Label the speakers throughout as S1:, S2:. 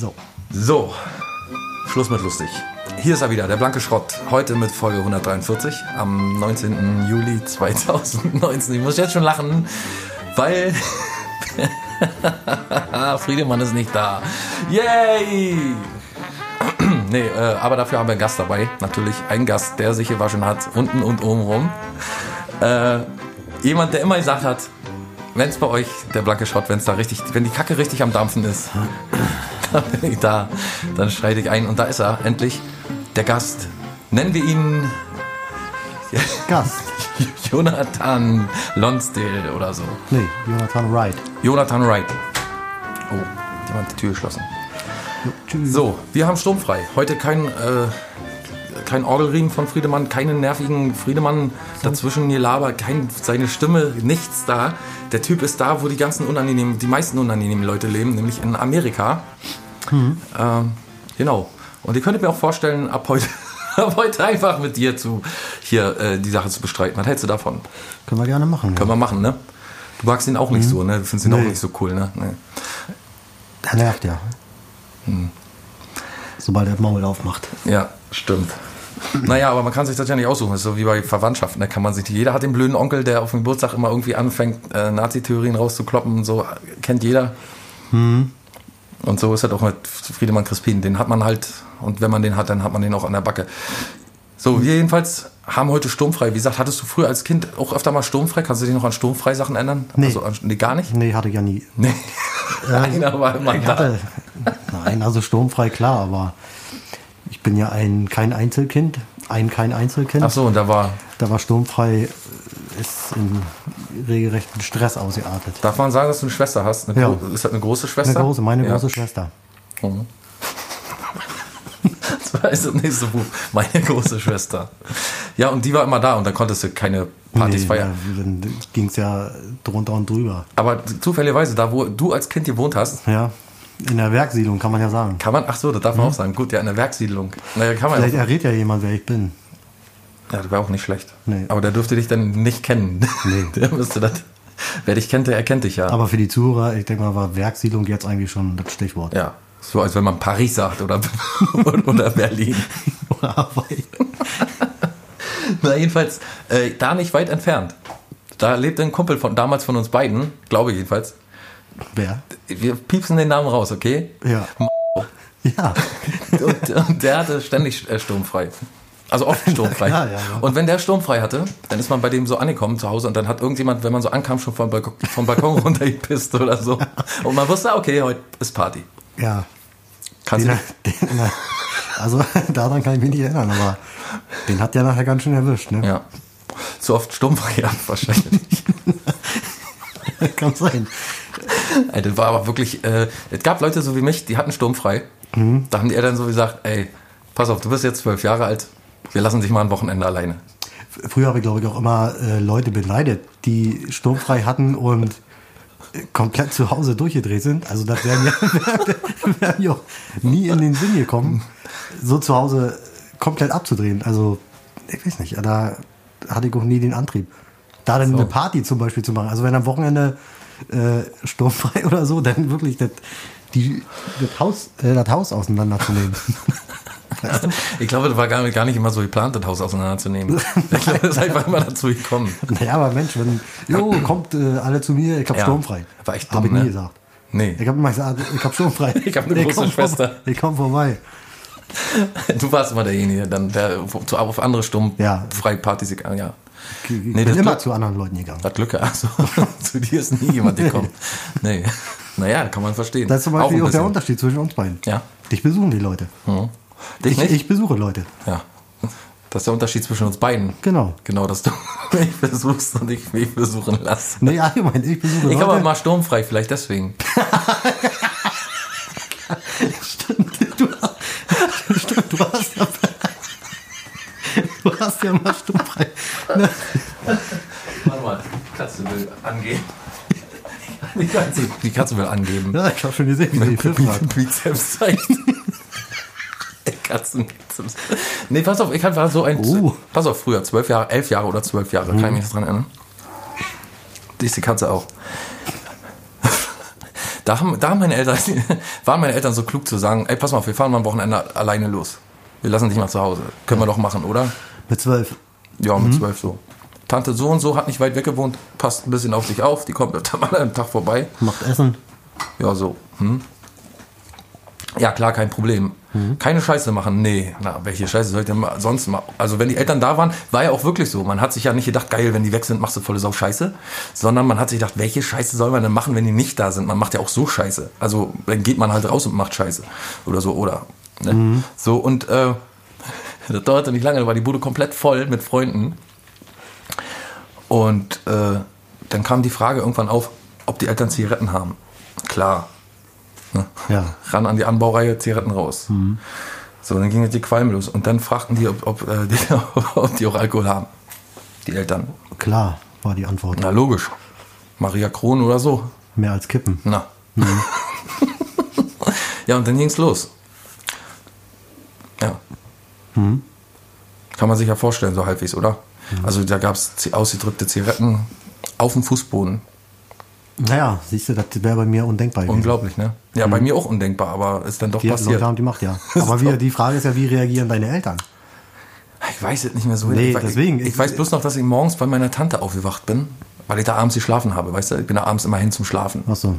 S1: So.
S2: So, Schluss mit lustig. Hier ist er wieder, der blanke Schrott. Heute mit Folge 143 am 19. Juli 2019. Ich muss jetzt schon lachen, weil Friedemann ist nicht da. Yay! nee, äh, aber dafür haben wir einen Gast dabei. Natürlich einen Gast, der sich gewaschen hat, unten und oben rum. Äh, jemand, der immer gesagt hat, wenn es bei euch der blanke Schrott, wenn es da richtig, wenn die Kacke richtig am Dampfen ist, dann bin ich da, dann schreite ich ein und da ist er endlich, der Gast. Nennen wir ihn
S1: Gast.
S2: Jonathan Lonsdale oder so.
S1: Nee, Jonathan Wright.
S2: Jonathan Wright. Oh, jemand die Tür geschlossen.
S1: Tschüss.
S2: So, wir haben sturmfrei. Heute kein, äh, kein Orgelriemen von Friedemann, keinen nervigen Friedemann dazwischen Gelaber, kein, seine Stimme, nichts da. Der Typ ist da, wo die ganzen unangenehmen, die meisten unangenehmen Leute leben, nämlich in Amerika. Ähm, genau. Und ihr könntet mir auch vorstellen, ab heute, ab heute einfach mit dir zu hier äh, die Sache zu bestreiten. Was hältst du davon?
S1: Können wir gerne machen.
S2: Können wir machen, ne? Du magst ihn auch nicht so, ne? Du findest ihn auch
S1: Nee.
S2: nicht so cool, ne? Nee.
S1: Der nervt ja.
S2: Hm.
S1: Sobald er das Maul aufmacht.
S2: Ja, stimmt. Naja, aber man kann sich das ja nicht aussuchen. Das ist so wie bei Verwandtschaften. Da kann man sich, jeder hat den blöden Onkel, der auf dem Geburtstag immer irgendwie anfängt, äh, Nazi-Theorien rauszukloppen. und So kennt jeder.
S1: Hm.
S2: Und so ist das auch mit Friedemann Crispin. Den hat man halt, und wenn man den hat, dann hat man den auch an der Backe. So,
S1: Hm.
S2: wir jedenfalls haben heute sturmfrei. Wie gesagt, hattest du früher als Kind auch öfter mal sturmfrei? Kannst du dich noch an sturmfrei Sachen ändern?
S1: Nee.
S2: Also an, nee gar nicht?
S1: Nee, hatte ich ja nie.
S2: Nee. Einer war immer
S1: Ich
S2: da.
S1: hatte. Nein, also sturmfrei, klar, aber ich bin ja ein kein Einzelkind. Ein kein Einzelkind.
S2: Ach so, und da war,
S1: Da war sturmfrei, äh, ist in regelrechten Stress ausgeartet.
S2: darf man sagen, dass du eine Schwester hast? Eine
S1: Ja.
S2: gro- Ist das eine große Schwester?
S1: Meine große, meine
S2: Ja.
S1: große Schwester. Hm.
S2: Mhm. Das war also das nächste Buch. Meine große Schwester. Ja, und die war immer da und da konntest du keine Partys
S1: Nee,
S2: feiern.
S1: da- dann ging es ja drunter und drüber.
S2: Aber zufälligerweise, da wo du als Kind gewohnt hast,
S1: Ja, in der Werksiedlung kann man ja sagen.
S2: kann man, ach so, das darf man auch sagen. Gut, ja, in der Werksiedlung. Naja, kann man
S1: Mhm. Vielleicht
S2: ja.
S1: errät ja jemand, wer ich bin.
S2: Ja, das wäre auch nicht schlecht.
S1: Nee.
S2: Aber der dürfte dich dann nicht kennen.
S1: Nee.
S2: Der müsste das. Wer dich kennt, der erkennt dich ja.
S1: Aber für die Zuhörer, ich denke mal, war Werksiedlung jetzt eigentlich schon das Stichwort.
S2: ja. So, als wenn man Paris sagt oder, oder Berlin.
S1: Oder Hawaii.
S2: Na, jedenfalls, äh, da nicht weit entfernt. Da lebt ein Kumpel von damals von uns beiden, glaube ich jedenfalls.
S1: Wer?
S2: Wir piepsen den Namen raus, okay?
S1: Ja. Ja.
S2: Und, und der hatte ständig äh, sturmfrei. Also oft sturmfrei.
S1: Ja, ja, ja.
S2: Und wenn der sturmfrei hatte, dann ist man bei dem so angekommen zu Hause und dann hat irgendjemand, wenn man so ankam, schon vom Balkon, vom Balkon runtergepisst oder so. Und man wusste, okay, heute ist Party.
S1: Ja.
S2: Kannst
S1: Den,
S2: du
S1: den, na, also daran kann ich mich nicht erinnern, aber den hat der nachher ganz schön erwischt, ne?
S2: Ja. Zu oft sturmfrei gehabt wahrscheinlich.
S1: Kann sein.
S2: Ey, das war aber wirklich, äh, es gab Leute so wie mich, die hatten sturmfrei.
S1: Mhm.
S2: Da haben die Eltern so gesagt, ey, pass auf, du bist jetzt zwölf Jahre alt, wir lassen dich mal ein Wochenende alleine.
S1: Früher habe ich, glaube ich, auch immer äh, Leute beleidigt, die sturmfrei hatten und äh, komplett zu Hause durchgedreht sind. Also das wäre mir, wär mir auch nie in den Sinn gekommen, so zu Hause komplett abzudrehen. Also ich weiß nicht, da hatte ich auch nie den Antrieb. Da dann eine Party zum Beispiel zu machen. Also wenn am Wochenende äh, sturmfrei oder so, dann wirklich das, die, das, Haus, äh, das Haus auseinanderzunehmen.
S2: Ich glaube, das war gar gar nicht immer so geplant, das Haus auseinanderzunehmen. Ich glaube, das ist einfach immer dazu gekommen.
S1: Naja, aber Mensch, wenn, jo, kommt äh, alle zu mir, ich hab
S2: Ja.
S1: sturmfrei.
S2: War echt
S1: Hab
S2: dumm,
S1: ich
S2: ne?
S1: nie gesagt.
S2: Nee.
S1: Ich hab immer gesagt, ich hab sturmfrei.
S2: Ich hab eine
S1: Ihr
S2: große
S1: kommt
S2: Schwester.
S1: vorbei, Ich komm vorbei.
S2: Du warst immer derjenige, dann, der zu- auf andere Sturm
S1: Ja.
S2: frei Partys gegangen, ja.
S1: Ich, ich
S2: Nee, das
S1: bin immer
S2: Glück-
S1: zu anderen Leuten gegangen.
S2: Hat Glück, also zu dir ist nie jemand gekommen. Nee. Naja, kann man verstehen.
S1: Das ist zum Beispiel
S2: ein
S1: auch, der
S2: bisschen.
S1: Unterschied zwischen uns beiden.
S2: Ja.
S1: Dich besuchen die Leute.
S2: Hm. Dich
S1: Ich,
S2: nicht?
S1: ich besuche Leute.
S2: Ja. Das ist der Unterschied zwischen uns beiden.
S1: Genau.
S2: Genau, dass du mich besuchst und ich mich besuchen lasse.
S1: Nee, allgemein, ich besuche
S2: Ich
S1: Leute.
S2: aber mal sturmfrei, vielleicht deswegen.
S1: du, stimmt, du hast ja... Du hast ja mal sturmfrei.
S2: Warte mal, Katze will angeben. Die Katze, die Katze will angeben.
S1: Ja, ich hab schon gesehen, wie die Pfiff hat.
S2: Bizeps zeigt. Katzenbizeps. Nee, pass auf, ich hatte- war so ein.
S1: Oh. Mhm.
S2: Pass auf, früher, zwölf Jahre, elf Jahre oder zwölf Jahre, kann ich mich noch dran erinnern. Die ist die Katze auch. Da haben, da haben meine Eltern, waren meine Eltern so klug zu sagen, ey, pass mal auf, wir fahren mal am Wochenende alleine los. Wir lassen dich mal zu Hause. Können wir doch machen, oder?
S1: Mit zwölf.
S2: Ja, mit zwölf so. Tante so und so hat nicht weit weg gewohnt, passt ein bisschen auf sich auf, die kommt öfter mal am Tag vorbei.
S1: Macht Essen.
S2: Ja, so. Hm. Ja, klar, kein Problem. Keine Scheiße machen. Nee, na, welche Scheiße soll ich denn mal sonst machen? Also, wenn die Eltern da waren, war ja auch wirklich so. Man hat sich ja nicht gedacht, geil, wenn die weg sind, machst du volle Sau Scheiße. Sondern man hat sich gedacht, welche Scheiße soll man denn machen, wenn die nicht da sind? Man macht ja auch so Scheiße. Also, dann geht man halt raus und macht Scheiße. Oder so, oder. Ne? So, und äh, das dauerte nicht lange, da war die Bude komplett voll mit Freunden. Und äh, dann kam die Frage irgendwann auf, ob die Eltern Zigaretten haben. Klar. Ne?
S1: Ja.
S2: ran an die Anbaureihe, Zigaretten raus. So, dann ging jetzt die Qualm los. Und dann fragten die, ob, ob, äh, die, ob die auch Alkohol haben. Die Eltern.
S1: Klar, war die Antwort.
S2: Na, logisch. Maria Kron oder so.
S1: Mehr als kippen.
S2: Na.
S1: Hm.
S2: ja, und dann ging's los. Ja.
S1: Hm.
S2: Kann man sich ja vorstellen, so halbwegs, oder? Also, da gab's zi- ausgedrückte Zigaretten auf dem Fußboden.
S1: Naja, siehst du, das wäre bei mir undenkbar gewesen.
S2: Unglaublich, ne? Ja, bei mir auch undenkbar, aber ist dann doch
S1: Die
S2: passiert.
S1: Leute haben die Macht, Hm. ja. Aber wie, die Frage ist ja, wie reagieren deine Eltern?
S2: Ich weiß es nicht mehr so.
S1: Nee,
S2: ich, wei-
S1: deswegen.
S2: Ich, ich weiß bloß noch, dass ich morgens bei meiner Tante aufgewacht bin, weil ich da abends geschlafen habe. Weißt du, ich bin da abends immer hin zum Schlafen.
S1: Ach so.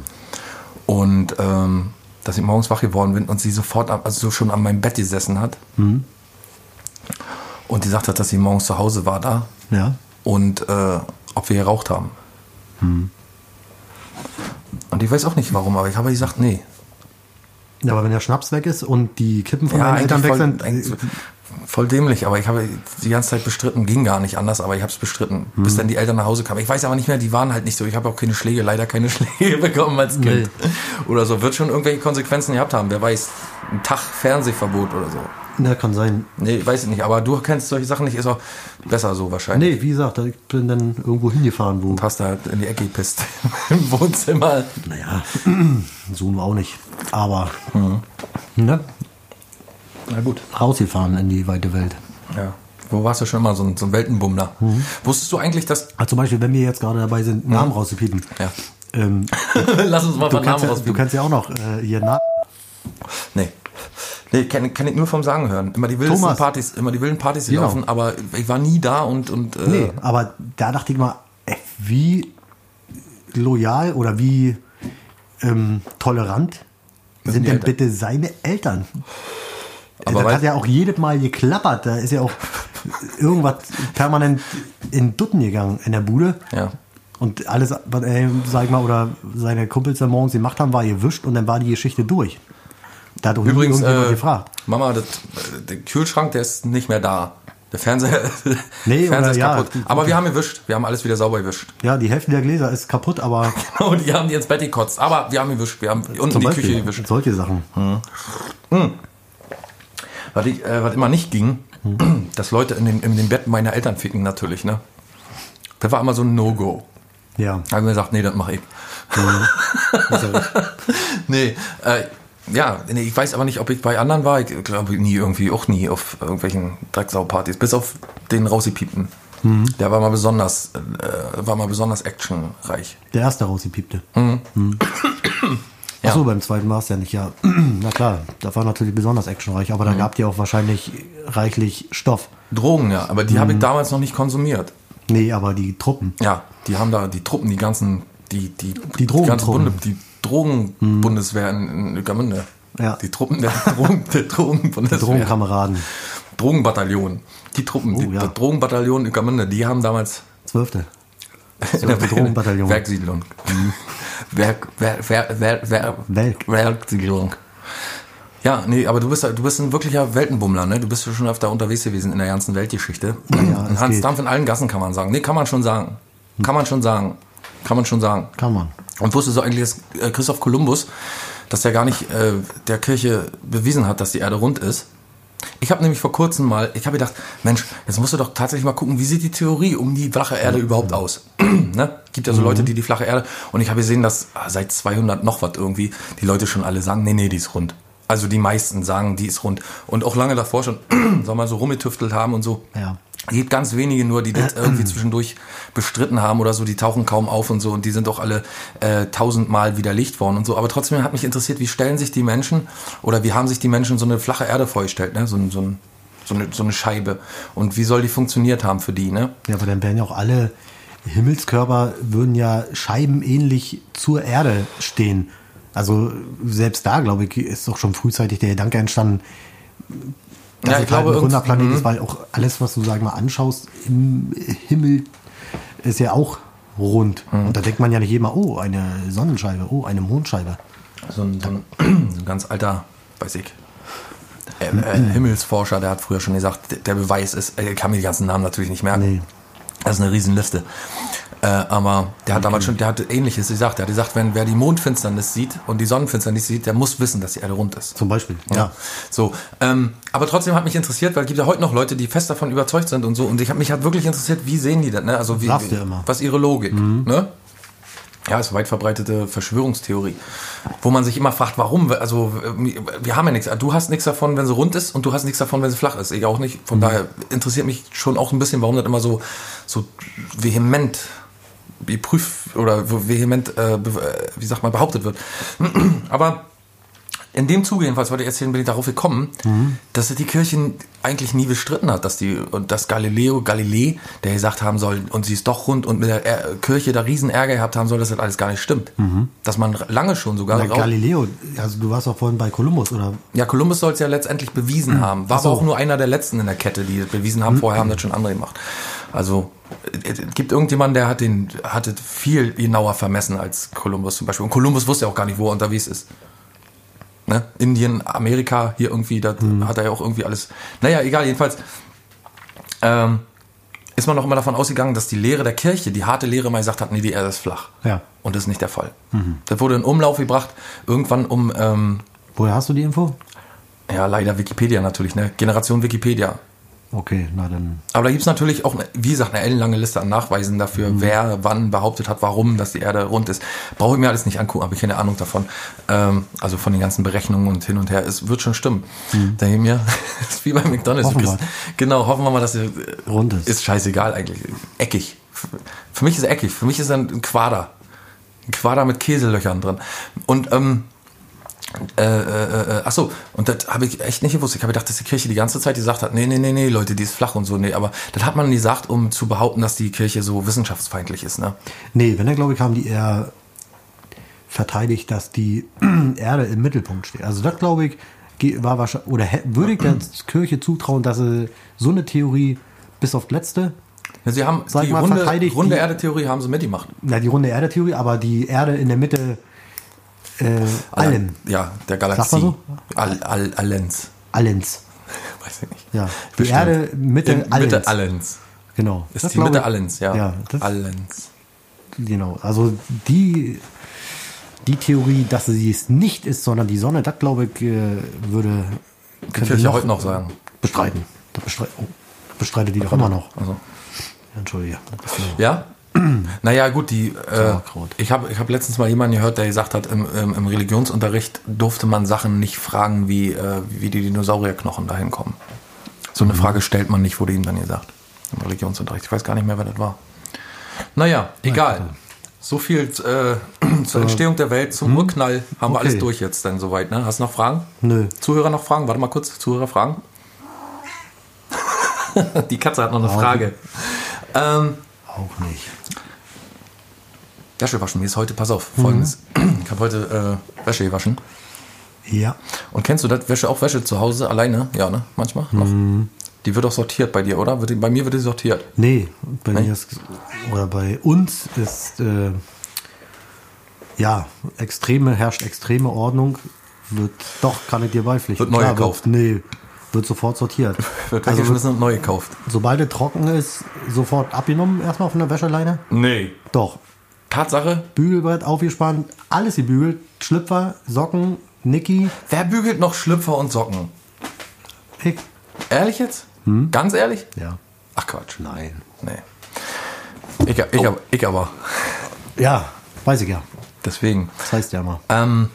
S2: Und ähm, dass ich morgens wach geworden bin und sie sofort, am- also schon an meinem Bett gesessen hat. Und die sagt hat, dass sie morgens zu Hause war da
S1: Ja.
S2: und äh, ob wir geraucht haben. Und ich weiß auch nicht warum, aber ich habe gesagt, nee.
S1: ja. Aber wenn der Schnaps weg ist und die Kippen von deinen
S2: eigentlich
S1: Eltern weg sind,
S2: eigentlich
S1: äh,
S2: voll dämlich, aber ich habe die ganze Zeit bestritten, ging gar nicht anders, aber ich habe es bestritten,
S1: Mhm.
S2: bis dann die Eltern nach Hause kamen. Ich weiß aber nicht mehr, die waren halt nicht so. Ich habe auch keine Schläge, leider keine Schläge bekommen als Kind. Oder so. Wird schon irgendwelche Konsequenzen gehabt haben, wer weiß. Ein Tag Fernsehverbot oder so.
S1: na, kann sein.
S2: Nee, ich weiß es nicht, aber du kennst solche Sachen nicht, ist auch besser so wahrscheinlich.
S1: Nee, wie gesagt, ich bin dann irgendwo hingefahren, wo.
S2: Hast du halt in die Ecke gepisst im Wohnzimmer.
S1: Naja, so nur auch nicht. Aber,
S2: Mhm.
S1: ne,
S2: Na gut.
S1: rausgefahren in die weite Welt.
S2: Ja. Wo warst du schon immer so ein, so ein Weltenbummler?
S1: Mhm.
S2: Wusstest du eigentlich, dass.
S1: Also zum Beispiel, wenn wir jetzt gerade dabei sind, Namen rauszupiepen.
S2: Mhm. Ja.
S1: Ähm,
S2: Lass uns mal
S1: du,
S2: von Namen
S1: kannst ja, du
S2: rauspicken.
S1: kannst ja auch noch äh, hier Namen.
S2: Nee. Nee, kann, kann ich nur vom Sagen hören. Immer die wildesten
S1: Thomas.
S2: Partys, immer die wilden Partys
S1: Genau.
S2: laufen, aber ich war nie da und und äh,
S1: Nee, aber da dachte ich mal, ey, wie loyal oder wie ähm, tolerant
S2: sind
S1: sind
S2: die
S1: denn
S2: Eltern.
S1: bitte seine Eltern?
S2: Aber
S1: das
S2: weil-
S1: hat ja auch jedes Mal geklappert. Da ist ja auch irgendwas permanent in Dutten gegangen in der Bude.
S2: Ja.
S1: Und alles, was er, sag ich mal, oder seine Kumpels dann morgens gemacht haben, war gewischt und dann war die Geschichte durch. Da hat auch nie
S2: übrigens
S1: irgendjemand
S2: äh,
S1: gefragt.
S2: Mama, das, äh, der Kühlschrank, der ist nicht mehr da. Der Fernseher,
S1: Nee,
S2: Fernseher
S1: oder
S2: ist
S1: ja.
S2: kaputt. Aber wir haben gewischt, wir haben alles wieder sauber gewischt.
S1: Ja, die Hälfte der Gläser ist kaputt, aber
S2: Und die haben die ins Bett gekotzt. Aber wir haben gewischt, wir haben unten
S1: zum
S2: die
S1: Beispiel
S2: Küche gewischt.
S1: solche Sachen.
S2: Hm. Was, ich, äh, was immer nicht ging,
S1: Hm.
S2: dass Leute in den, in den Betten meiner Eltern ficken natürlich, ne? Das war immer so ein No-Go.
S1: Ja.
S2: Da haben wir gesagt, nee, das mache ich.
S1: Also,
S2: Nee, äh, ja, nee, ich weiß aber nicht, ob ich bei anderen war. Ich glaube nie irgendwie, auch nie auf irgendwelchen Drecksau-Partys. Bis auf den Rausipiepten.
S1: Mhm.
S2: Der war mal besonders, äh, war mal besonders actionreich.
S1: der erste rausgepiepte. Mhm. Ach so, beim zweiten war es ja nicht, ja. Na klar, da war natürlich besonders actionreich, aber da
S2: Mhm.
S1: gab ihr auch wahrscheinlich reichlich Stoff.
S2: Drogen, ja, aber die habe
S1: Mhm.
S2: ich damals noch nicht konsumiert.
S1: Nee, aber die Truppen.
S2: Ja, die haben da die Truppen, die ganzen, die, die,
S1: Die Drogen-
S2: ganze
S1: Truppen.
S2: Bunde, die Drogenbundeswehr in, in Ueckermünde.
S1: Ja.
S2: Die Truppen der, Drogen, der Drogenbundeswehr.
S1: Drogenkameraden.
S2: Drogenbataillon. Die Truppen,
S1: Oh,
S2: die,
S1: ja.
S2: das Drogenbataillon Ueckermünde, die haben damals
S1: Zwölfte.
S2: In der Mhm.
S1: Drogenbataillon.
S2: Werksiedlung. Werk, Werk, Werk, Werk,
S1: Welk.
S2: Werk, Werksiedlung. Ja, nee, aber du bist, du bist ein wirklicher Weltenbummler, ne? Du bist ja schon öfter unterwegs gewesen in der ganzen Weltgeschichte.
S1: es
S2: Und Hans
S1: geht.
S2: Dampf in allen Gassen kann man sagen. Nee, kann man schon sagen. Kann man schon sagen. Kann man schon sagen.
S1: Kann man.
S2: Und wusstest du eigentlich, dass äh, Christoph Kolumbus, dass der gar nicht äh, der Kirche bewiesen hat, dass die Erde rund ist? Ich habe nämlich vor kurzem mal, ich habe gedacht, Mensch, jetzt musst du doch tatsächlich mal gucken, wie sieht die Theorie um die flache Erde überhaupt aus? ne? Gibt ja so Leute, die die flache Erde, und ich habe gesehen, dass ah, seit 200 noch was irgendwie, die Leute schon alle sagen, nee, nee, die ist rund. Also die meisten sagen, die ist rund. Und auch lange davor schon, sag mal, so rumgetüftelt haben und so.
S1: Ja.
S2: gibt ganz wenige nur, die das irgendwie zwischendurch bestritten haben oder so, die tauchen kaum auf und so und die sind auch alle äh, tausendmal widerlegt worden und so. Aber trotzdem hat mich interessiert, wie stellen sich die Menschen oder wie haben sich die Menschen so eine flache Erde vorgestellt, ne? so, ein- so, ein, so, eine, so eine Scheibe und wie soll die funktioniert haben für die, ne?
S1: Ja, aber dann wären ja auch alle Himmelskörper würden ja scheibenähnlich zur Erde stehen. Also selbst da, glaube ich, ist doch schon frühzeitig der Gedanke entstanden,
S2: Ja, ich
S1: dass es halt
S2: glaube, mhm.
S1: ein runder
S2: irgendwie-
S1: Planet ist, weil auch alles, was du sag ich mal anschaust im Himmel, ist ja auch rund.
S2: Mhm.
S1: Und da denkt man ja nicht immer, oh, eine Sonnenscheibe, oh, eine Mondscheibe.
S2: So ein, so ein, so ein ganz alter, weiß ich, äh, äh, Himmelsforscher, der hat früher schon gesagt, d- der Beweis ist, äh, ich kann mir die ganzen Namen natürlich nicht merken.
S1: Nee.
S2: Das ist eine Riesenliste. Äh, aber der hat damals schon, der hatte ähnliches gesagt. Der hat gesagt, wenn wer die Mondfinsternis sieht und die Sonnenfinsternis sieht, der muss wissen, dass die Erde rund ist.
S1: Zum Beispiel. Ja.
S2: Ja. So, ähm, aber trotzdem hat mich interessiert, weil es gibt ja heute noch Leute, die fest davon überzeugt sind und so. Und ich hab, mich hat wirklich interessiert, wie sehen die das? Ne? Also wie,
S1: Sagst du ja immer. Mhm.
S2: was ihre Logik? Ne? Ja, ist weit verbreitete Verschwörungstheorie, wo man sich immer fragt, warum? Also äh, wir haben ja nichts. Du hast nichts davon, wenn sie rund ist, und du hast nichts davon, wenn sie flach ist. Ich auch nicht.
S1: Mhm.
S2: Von daher interessiert mich schon auch ein bisschen, warum das immer so so vehement beprüft oder wo vehement, äh, be- äh, wie sagt man, behauptet wird. Aber in dem Zuge jedenfalls, wollte ich erzählen, bin ich darauf gekommen, dass sich die Kirche eigentlich nie bestritten hat, dass die und dass Galileo Galilei, der gesagt haben soll, und sie ist doch rund und mit der Ä- Kirche da riesen Ärger gehabt haben soll, dass das alles gar nicht stimmt. Dass man lange schon sogar
S1: Bei
S2: raus-
S1: Galileo, also du warst auch vorhin bei Kolumbus, oder?
S2: ja, Kolumbus soll es ja letztendlich bewiesen haben. War aber auch nur einer der letzten in der Kette, die das bewiesen haben. Vorher haben das schon andere gemacht. Also es es gibt irgendjemanden, der hat den hatte viel genauer vermessen als Kolumbus zum Beispiel. Und Kolumbus wusste ja auch gar nicht, wo er unterwegs ist. Ne? Indien, Amerika, hier irgendwie, da hat er ja auch irgendwie alles. Naja, egal, jedenfalls. Ähm, ist man auch immer davon ausgegangen, dass die Lehre der Kirche, die harte Lehre, mal gesagt hat, nee, die Erde ist flach.
S1: Ja.
S2: Und das ist nicht der Fall. Das wurde in Umlauf gebracht, irgendwann um ähm,
S1: Woher hast du die Info?
S2: ja, leider Wikipedia natürlich, ne? Generation Wikipedia.
S1: Okay, na dann.
S2: Aber da gibt's natürlich auch, ne- wie gesagt, eine ellenlange Liste an Nachweisen dafür,
S1: Mhm.
S2: wer wann behauptet hat, warum, dass die Erde rund ist. Brauche ich mir alles nicht angucken, habe ich keine Ahnung davon. Ähm, also von den ganzen Berechnungen und hin und her. Es wird schon stimmen. Da hier mir, ist wie bei McDonalds.
S1: Mhm. Hoffen
S2: Du
S1: wir.
S2: genau, hoffen wir mal, dass es
S1: Rund ist.
S2: Ist scheißegal eigentlich. Eckig. F- Für mich ist es eckig. Für mich ist es ein Quader. Ein Quader mit Käselöchern drin. Und, ähm, äh, äh, äh, ach so, und das habe ich echt nicht gewusst. Ich habe gedacht, dass die Kirche die ganze Zeit gesagt hat, nee, nee, nee, nee, Leute, die ist flach und so, nee, aber das hat man gesagt, um zu behaupten, dass die Kirche so wissenschaftsfeindlich ist, ne?
S1: Nee, wenn er, glaube ich, haben die eher verteidigt, dass die Erde im Mittelpunkt steht. Also das, glaube ich, ge- war wahrscheinlich, oder hä- würde ich der Kirche zutrauen, dass sie so eine Theorie bis auf letzte,
S2: Ja, Sie haben
S1: Sag
S2: die
S1: mal,
S2: runde,
S1: verteidigt
S2: runde
S1: die-
S2: Erde-Theorie haben sie mitgemacht.
S1: na die runde Erde-Theorie, aber die Erde in der Mitte äh, allen,
S2: Ja, der Galaxie.
S1: Sagt man
S2: All, all, allens.
S1: allens.
S2: Weiß ich nicht.
S1: Ja, die
S2: Bestimmt.
S1: Erde Mitte
S2: In, Mitte
S1: allens.
S2: allens.
S1: Genau.
S2: Ist
S1: Das
S2: die Mitte
S1: glaube ich-
S2: allens, ja.
S1: Ja, das-
S2: allens.
S1: Genau. Also die, die Theorie, dass sie es nicht ist, sondern die Sonne, das glaube ich, äh, würde
S2: Die Kirche heute noch sagen.
S1: bestreiten. Das bestre oh, bestreitet die doch immer noch.
S2: Also.
S1: Entschuldige.
S2: Ja? naja, gut, die. Äh,
S1: Sauerkraut.
S2: ich habe ich hab letztens mal jemanden gehört, der gesagt hat, im, im, im Religionsunterricht durfte man Sachen nicht fragen, wie, äh, wie die Dinosaurierknochen dahin kommen. So
S1: Mhm.
S2: eine Frage stellt man nicht, wurde ihm dann gesagt. Im Religionsunterricht. Ich weiß gar nicht mehr, wer das war. Naja, egal. So viel äh, zur Entstehung der Welt, zum Urknall haben wir
S1: hm? Okay.
S2: alles durch jetzt dann soweit. Ne? Hast du noch Fragen?
S1: Nö.
S2: Zuhörer noch Fragen? Warte mal kurz, Zuhörer Fragen. Die Katze hat noch eine
S1: Ja.
S2: Frage. Ähm,
S1: Auch nicht.
S2: ja, schön waschen. Mir ist heute, pass auf, folgendes. Ich habe heute äh, Wäsche gewaschen.
S1: Ja.
S2: Und kennst du das? Wäsche, auch Wäsche zu Hause alleine? Ja, ne? Manchmal noch. Die wird auch sortiert bei dir, oder? Wird die, bei mir wird die sortiert.
S1: Nee, bei mir ist, oder bei uns ist äh, ja extreme, herrscht extreme Ordnung. Wird doch, kann ich dir beipflichten.
S2: Wird neu
S1: Klar,
S2: gekauft.
S1: Nee, wird sofort sortiert.
S2: Wird
S1: also wird,
S2: weggeschmissen und neu gekauft.
S1: sobald es trocken ist, sofort abgenommen, erstmal von der Wäscheleine.
S2: Nee.
S1: Doch.
S2: Tatsache,
S1: Bügelbrett aufgespannt, alles gebügelt, Schlüpfer, Socken, Niki,
S2: wer bügelt noch Schlüpfer und Socken?
S1: ich.
S2: Ehrlich jetzt? Ganz ehrlich?
S1: Ja.
S2: Mhm. Ach Quatsch. Oh.
S1: Nein.
S2: Nee. Ich, ich, ich, ich aber.
S1: Ja, weiß ich ja.
S2: Deswegen.
S1: Das heißt ja mal.
S2: Ähm,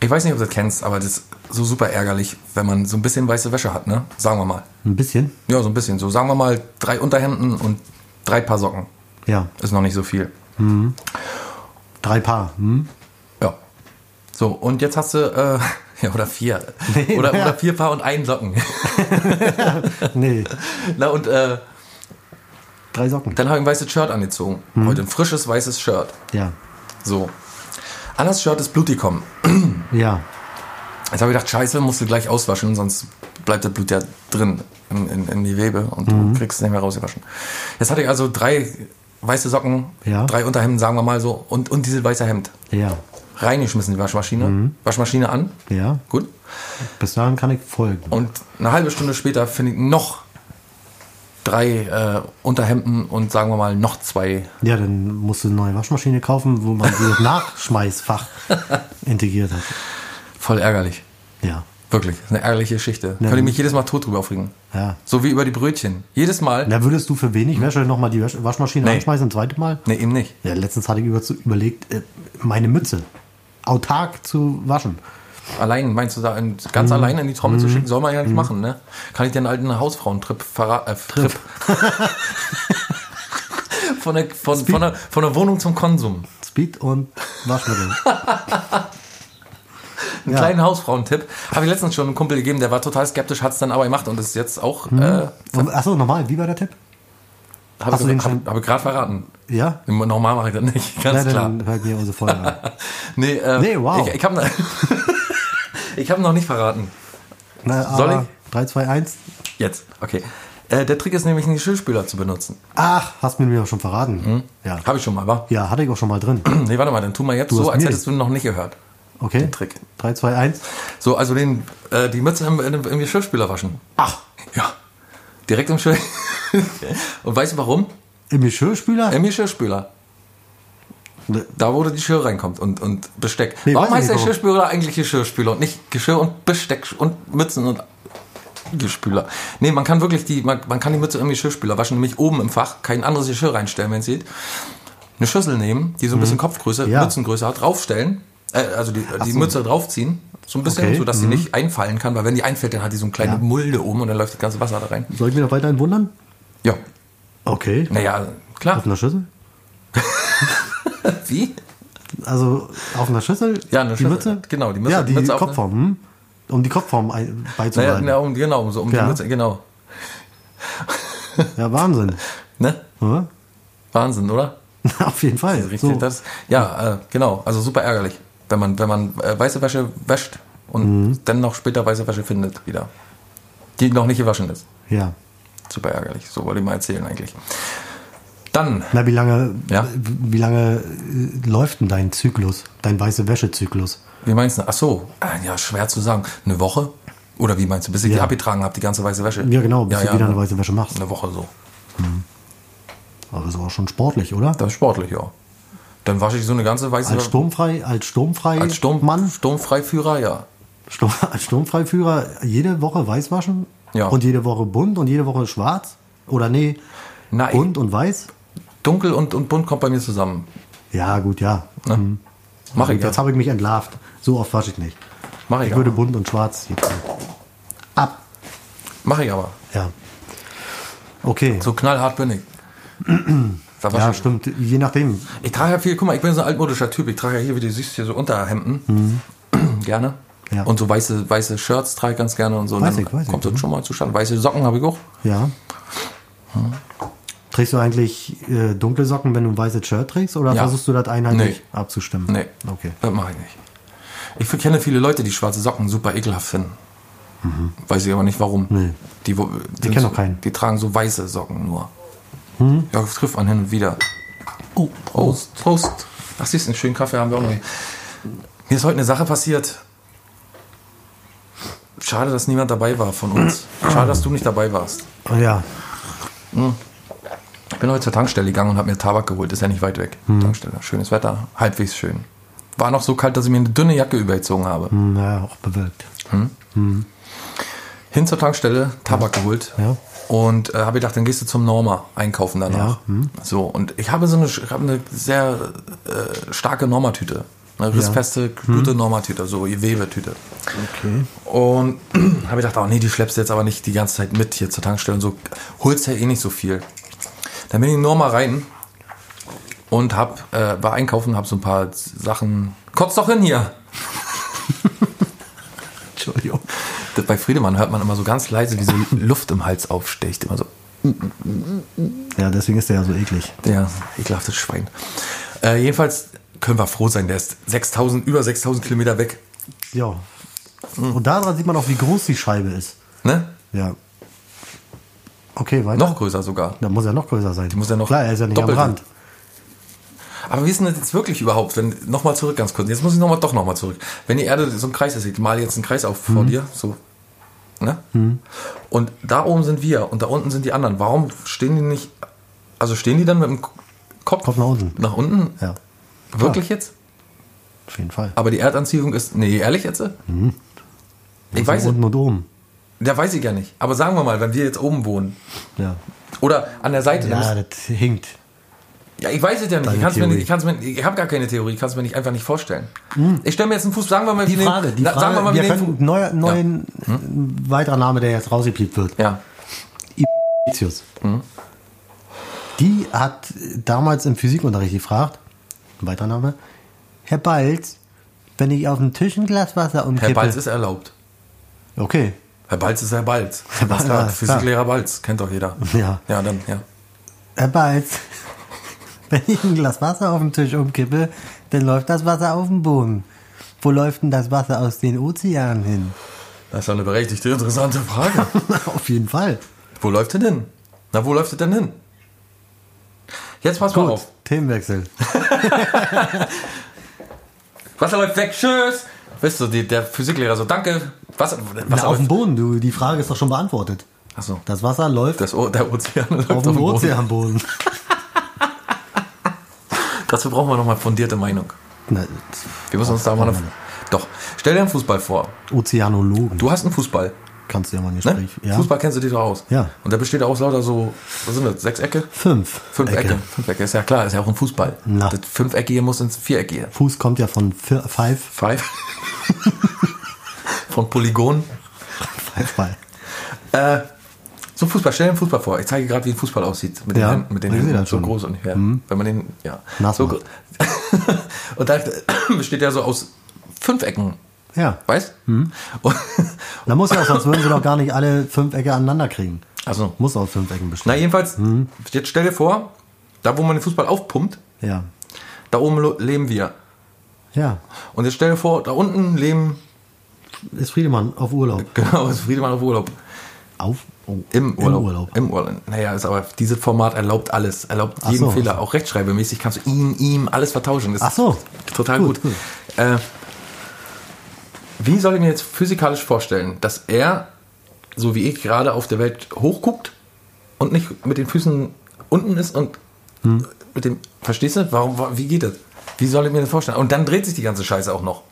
S2: Ich weiß nicht, ob du das kennst, aber das ist so super ärgerlich, wenn man so ein bisschen weiße Wäsche hat, ne? Sagen wir mal.
S1: Ein bisschen?
S2: Ja, so ein bisschen. So sagen wir mal drei Unterhemden und drei Paar Socken.
S1: Ja.
S2: Ist noch nicht so viel.
S1: Drei Paar. Hm?
S2: Ja. So, und jetzt hast du, äh, ja, oder vier.
S1: Nee,
S2: oder,
S1: ja.
S2: oder vier Paar und einen Socken.
S1: Nee,
S2: Na, und äh,
S1: drei Socken.
S2: dann habe ich ein weißes Shirt angezogen.
S1: Mhm.
S2: Heute ein frisches weißes Shirt.
S1: Ja.
S2: So. An das Shirt ist Blut gekommen.
S1: Ja.
S2: Jetzt habe ich gedacht, scheiße, musst du gleich auswaschen, sonst bleibt das Blut ja drin in, in, in die Webe und
S1: Mhm.
S2: du kriegst es nicht mehr rausgewaschen. Jetzt hatte ich also drei weiße Socken,
S1: Ja.
S2: drei Unterhemden, sagen wir mal so, und, und dieses weiße Hemd.
S1: Ja.
S2: Reingeschmissen in die Waschmaschine. Waschmaschine an.
S1: Mhm. Ja.
S2: Gut.
S1: Bis dahin kann ich folgen.
S2: Und eine halbe Stunde später finde ich noch drei äh, Unterhemden und sagen wir mal noch zwei.
S1: Ja, dann musst du eine neue Waschmaschine kaufen, wo man dieses Nachschmeißfach integriert hat.
S2: Voll ärgerlich.
S1: Ja.
S2: Wirklich. Das ist eine ärgerliche Geschichte. Könnte ich mich jedes Mal tot drüber aufregen.
S1: Ja.
S2: So wie über die Brötchen. Jedes Mal.
S1: Na, würdest du für wenig Wäsche nochmal die Wasch- Waschmaschine
S2: Nee.
S1: anschmeißen, ein zweites Mal?
S2: Nee, eben nicht.
S1: Ja, letztens hatte ich über überlegt, äh, meine Mütze autark zu waschen.
S2: Allein, meinst du da in,
S1: Mhm.
S2: ganz allein in die Trommel zu schicken? Soll man ja nicht machen, ne? Kann ich den alten Hausfrauentrip verra- äh, Trip. von, der, von, von, der, von der Wohnung zum Konsum.
S1: Speed und Waschmittel.
S2: Einen
S1: Ja.
S2: kleinen Hausfrauentipp. Habe ich letztens schon einem Kumpel gegeben, der war total skeptisch, hat es dann aber gemacht und ist jetzt auch. Äh,
S1: Und- ach so, nochmal, wie war der Tipp?
S2: Habe
S1: Hm. Hast du den
S2: ich
S1: schon-
S2: hab, hab ich gerade verraten.
S1: Ja?
S2: Normal mache ich das nicht, ganz
S1: Na,
S2: klar.
S1: dann hört mir also unsere Folge an.
S2: Nee, äh,
S1: Nee, wow.
S2: Ich, ich habe hab noch nicht verraten.
S1: Na,
S2: Soll
S1: aber 3, 2, 1.
S2: Jetzt, okay. Äh, der Trick ist nämlich, einen Geschirrspüler zu benutzen.
S1: Ach, hast mir mir auch schon verraten.
S2: Hm?
S1: Ja.
S2: Habe ich schon mal, wa?
S1: ja, hatte ich auch schon mal drin.
S2: Nee, warte mal, dann tu mal jetzt
S1: hast
S2: so, als
S1: mir
S2: hättest du noch nicht gehört.
S1: Okay.
S2: Trick.
S1: 3, 2, 1.
S2: So, also den, äh, die Mütze im, im, im Geschirrspüler waschen.
S1: Ach,
S2: Ja. Direkt im Geschirr. Und weißt du warum?
S1: im Geschirrspüler?
S2: Im Geschirrspüler.
S1: Ne.
S2: Da, wo die Geschirr reinkommt und, und Besteck.
S1: Nee, weiß
S2: warum heißt
S1: ich nicht,
S2: der
S1: warum.
S2: Geschirrspüler eigentlich Geschirrspüler und nicht Geschirr und Besteck und Mützen und Geschirrspüler? Nee, man kann wirklich die, man, man kann die Mütze im Geschirrspüler waschen, nämlich oben im Fach, kein anderes Geschirr reinstellen, wenn es sieht. Eine Schüssel nehmen, die so ein bisschen Kopfgröße,
S1: Mhm. Ja.
S2: Mützengröße hat, draufstellen, äh, also die, die Mütze draufziehen, so ein bisschen,
S1: Okay, Mhm.
S2: sodass sie nicht einfallen kann, weil wenn die einfällt, dann hat die so eine kleine
S1: Ja.
S2: Mulde oben und dann läuft das ganze Wasser da rein.
S1: Soll ich mich noch weiterhin wundern?
S2: Ja,
S1: Okay.
S2: naja, klar.
S1: Auf einer Schüssel?
S2: Wie?
S1: Also auf einer Schüssel?
S2: Ja, eine Schüssel.
S1: Die Mütze?
S2: Genau, die Mütze-
S1: Ja, die
S2: Mütze auf eine-
S1: Kopfform. Hm? Um die Kopfform ein-
S2: Naja,
S1: beizubehalten.
S2: na, um, genau, um so um
S1: Ja.
S2: die Mütze, genau.
S1: Ja, Wahnsinn.
S2: Ne?
S1: Ja?
S2: Wahnsinn, oder?
S1: auf jeden Fall.
S2: Richtig,
S1: So.
S2: das. Ja, äh, genau. Also super ärgerlich, wenn man, wenn man äh, weiße Wäsche wäscht und
S1: Mhm.
S2: dann noch später weiße Wäsche findet wieder. Die noch nicht gewaschen ist.
S1: Ja.
S2: Super ärgerlich. So wollte ich mal erzählen eigentlich. Dann,
S1: Na, wie lange,
S2: Ja.
S1: wie lange äh, läuft denn dein Zyklus, dein weiße Wäsche-Zyklus?
S2: wie meinst du? Ach so, ah, ja, schwer zu sagen. Eine Woche? Oder wie meinst du, bis ich die
S1: Ja.
S2: abgetragen habe, die ganze weiße Wäsche?
S1: Ja, genau, bis
S2: ja,
S1: du
S2: ja,
S1: wieder eine
S2: eine,
S1: weiße Wäsche machst.
S2: Woche so.
S1: Aber das ist auch schon sportlich, oder?
S2: Das ist sportlich, ja. Dann wasche ich so eine ganze weiße
S1: Als sturmfrei, als sturmfrei
S2: als Sturm,
S1: Mann,
S2: Sturmfreiführer, ja.
S1: Sturm, als Sturmfreiführer jede Woche weiß waschen
S2: Ja.
S1: und jede Woche bunt und jede Woche schwarz oder nee,
S2: Nein.
S1: bunt und weiß.
S2: Dunkel und, und bunt kommt bei mir zusammen.
S1: Ja, gut, ja. Also
S2: Ne?
S1: Mhm.
S2: Mache ich
S1: Jetzt
S2: ja.
S1: habe ich mich entlarvt. So oft wasche ich nicht.
S2: Mache
S1: Ich
S2: ich,
S1: würde
S2: aber.
S1: bunt und schwarz jetzt ab.
S2: Mache ich aber.
S1: Ja. Okay.
S2: So knallhart bin ich. Da war
S1: ja,
S2: schon-
S1: stimmt. Je nachdem.
S2: Ich trage ja viel, guck mal, ich bin so ein altmodischer Typ. Ich trage ja hier, wie du siehst, hier so Unterhemden. Gerne.
S1: Mhm. Ja.
S2: Und so weiße, weiße Shirts trage ich ganz gerne und so. Und
S1: Weiß
S2: dann
S1: ich, weiß ich. Mhm.
S2: kommt das schon mal zustande. Weiße Socken habe ich auch.
S1: Ja. Trägst du eigentlich äh, dunkle Socken, wenn du ein weißes Shirt trägst? Oder
S2: Ja.
S1: versuchst du das einheitlich
S2: Nee.
S1: abzustimmen?
S2: Nee.
S1: Okay.
S2: Das mache ich nicht. Ich kenne viele Leute, die schwarze Socken super ekelhaft finden. Weiß ich aber nicht warum.
S1: Mhm. Nee.
S2: Die, wo- sind
S1: kennen
S2: so,
S1: auch keinen. Hm?
S2: Die tragen so weiße Socken nur. Ja, das trifft man hin und wieder. Oh, Prost, Prost. Ach, siehst du, einen schönen Kaffee haben wir auch noch. hier. Mir ist heute eine Sache passiert. Schade, dass niemand dabei war von uns. Schade, dass du nicht dabei warst.
S1: Oh, Ja.
S2: Ich bin heute zur Tankstelle gegangen und habe mir Tabak geholt. Ist ja nicht weit weg. Tankstelle. Schönes Wetter. Halbwegs schön. War noch so kalt, dass ich mir eine dünne Jacke übergezogen habe.
S1: Hm, Ja, auch bewirkt.
S2: hin zur Tankstelle, Tabak geholt
S1: Ja.
S2: und äh, habe gedacht, dann gehst du zum Norma einkaufen
S1: hm.
S2: danach. So und ich habe so eine, ich habe eine sehr äh, starke Norma-Tüte Eine rissfeste, gute Normatüte, so Gewebetüte.
S1: Hm. Okay.
S2: Und habe ich gedacht, oh nee, die schleppst du jetzt aber nicht die ganze Zeit mit hier zur Tankstelle und so. Holst ja eh nicht so viel. Dann bin ich nur mal rein und hab, äh, war einkaufen, hab so ein paar Sachen. Kotz doch hin hier!
S1: Entschuldigung.
S2: Das bei Friedemann hört man immer so ganz leise, wie so Luft im Hals aufsticht. Immer so,
S1: Ja, deswegen ist der ja so eklig.
S2: der ekelhaftes Schwein. Äh, jedenfalls können wir froh sein, der ist 6000, über 6000 Kilometer weg.
S1: Ja.
S2: Hm.
S1: Und daran sieht man auch, wie groß die Scheibe ist.
S2: Ne?
S1: Ja. Okay, weiter.
S2: Noch größer sogar.
S1: Da muss er noch größer sein.
S2: muss ja noch
S1: Klar, er ist ja nicht
S2: doppelt
S1: am Rand.
S2: Aber wie ist denn das jetzt wirklich überhaupt? Wenn nochmal zurück ganz kurz. Jetzt muss ich noch mal, doch nochmal zurück. Wenn die Erde so ein Kreis ist, ich male jetzt einen Kreis auf
S1: Mhm.
S2: vor dir, so. Ne? Und da oben sind wir und da unten sind die anderen. Warum stehen die nicht? Also stehen die dann mit dem K- Kopf,
S1: Kopf nach unten.
S2: Nach unten?
S1: Ja,
S2: Wirklich jetzt?
S1: auf jeden Fall.
S2: Aber die Erdanziehung ist. Nee, ehrlich jetzt?
S1: Mhm.
S2: Ich weiß es.
S1: unten und oben.
S2: Da weiß ich ja nicht. Aber sagen wir mal, wenn wir jetzt oben wohnen.
S1: Ja.
S2: Oder an der Seite. dann ist-
S1: Ja, das hinkt.
S2: Ja, ich weiß es ja nicht. Ich,
S1: Deine
S2: kann's mir nicht,
S1: Theorie.
S2: ich, kann's mir, ich habe gar keine Theorie. Ich kann es mir nicht, einfach nicht vorstellen. Ich stelle mir jetzt einen Fuß. Sagen wir mal,
S1: Hm. Die Frage, die
S2: na,
S1: Frage.
S2: sagen wir mal,
S1: wir
S2: wir nehmen, Hm?
S1: können neuer, neuen weiterer Name, der jetzt rausgepiept wird.
S2: ja.
S1: Ignatius.
S2: Hm?
S1: Die hat damals im Physikunterricht gefragt, ein weiterer Name, Herr Balz, wenn ich auf dem Tisch ein Glas Wasser umkippe...
S2: Herr Balz ist erlaubt.
S1: Okay,
S2: Herr Balz ist Herr Balz.
S1: Herr Balz,
S2: Alles klar,
S1: alles klar.
S2: Physiklehrer Balz, kennt doch jeder.
S1: Ja.
S2: Ja, dann, ja.
S1: Herr Balz, wenn ich ein Glas Wasser auf den Tisch umkippe, dann läuft das Wasser auf den Boden. Wo läuft denn das Wasser aus den Ozeanen hin?
S2: Das ist doch eine berechtigte, interessante Frage.
S1: auf jeden Fall.
S2: wo läuft er denn? Na, wo läuft er denn hin? Jetzt pass mal auf.
S1: Themenwechsel.
S2: Wasser läuft weg, tschüss. Weißt du, die, der Physiklehrer so, danke. Wasser,
S1: Na,
S2: Wasser
S1: auf
S2: läuft.
S1: dem Boden, du, die Frage ist doch schon beantwortet.
S2: Achso,
S1: Das Wasser läuft
S2: das, O- der Ozean läuft
S1: auf dem Ozeanboden.
S2: Dazu brauchen wir nochmal fundierte Meinung.
S1: Na,
S2: Wir müssen uns da mal. Eine, doch, stell dir einen Fußball vor.
S1: Ozeanologen.
S2: Du hast einen Fußball.
S1: kannst du ja mal ein
S2: Ne?
S1: Gespräch. Ja?
S2: Fußball kennst du dich doch aus.
S1: Ja.
S2: Und da besteht aus lauter so, was sind das, sechs Ecke?
S1: Fünf.
S2: Fünf Ecke. Fünf Ecke, ist ja klar, ist ja auch ein Fußball.
S1: Na.
S2: Das Fünfeckige muss ins Viereckige.
S1: Fuß kommt ja von vier, Five.
S2: Five. Von Polygon.
S1: Five Ball.
S2: Äh, so Fußball, stell dir einen Fußball vor. Ich zeige gerade, wie ein Fußball aussieht. Mit
S1: Ja,
S2: den Händen, mit den
S1: ich seh
S2: Händen.
S1: das
S2: So
S1: schon. Mhm.
S2: groß und ja. Wenn man den, ja.
S1: Nass
S2: so
S1: macht.
S2: gro- Und da besteht ja so aus fünf Ecken.
S1: Ja.
S2: Weißt?
S1: Mhm.
S2: Und-
S1: Da muss ja auch, sonst würden sie doch gar nicht alle fünf Ecke aneinander kriegen.
S2: Also,
S1: Muss aus fünf Ecken
S2: na
S1: bestehen.
S2: jedenfalls,
S1: Mhm.
S2: jetzt stell dir vor, da wo man den Fußball aufpumpt,
S1: Ja.
S2: da oben lo- leben wir.
S1: Ja.
S2: Und jetzt stell dir vor, da unten leben,
S1: Ist Friedemann auf Urlaub.
S2: genau, ist Friedemann auf Urlaub.
S1: Auf? Oh,
S2: Im Urlaub.
S1: Im Urlaub.
S2: Im Urlaub. Naja, ist aber dieses Format erlaubt alles. Erlaubt
S1: Ach
S2: jeden
S1: so.
S2: Fehler. Auch rechtschreibemäßig kannst du ihm, ihm alles vertauschen. Das
S1: Ach so.
S2: ist total gut.
S1: Gut,
S2: Äh, wie soll ich mir jetzt physikalisch vorstellen, dass er, so wie ich gerade auf der Welt, hochguckt und nicht mit den Füßen unten ist und
S1: Hm.
S2: mit dem. Verstehst du? Warum, wa- wie geht das? Wie soll ich mir das vorstellen? Und dann dreht sich die ganze Scheiße auch noch.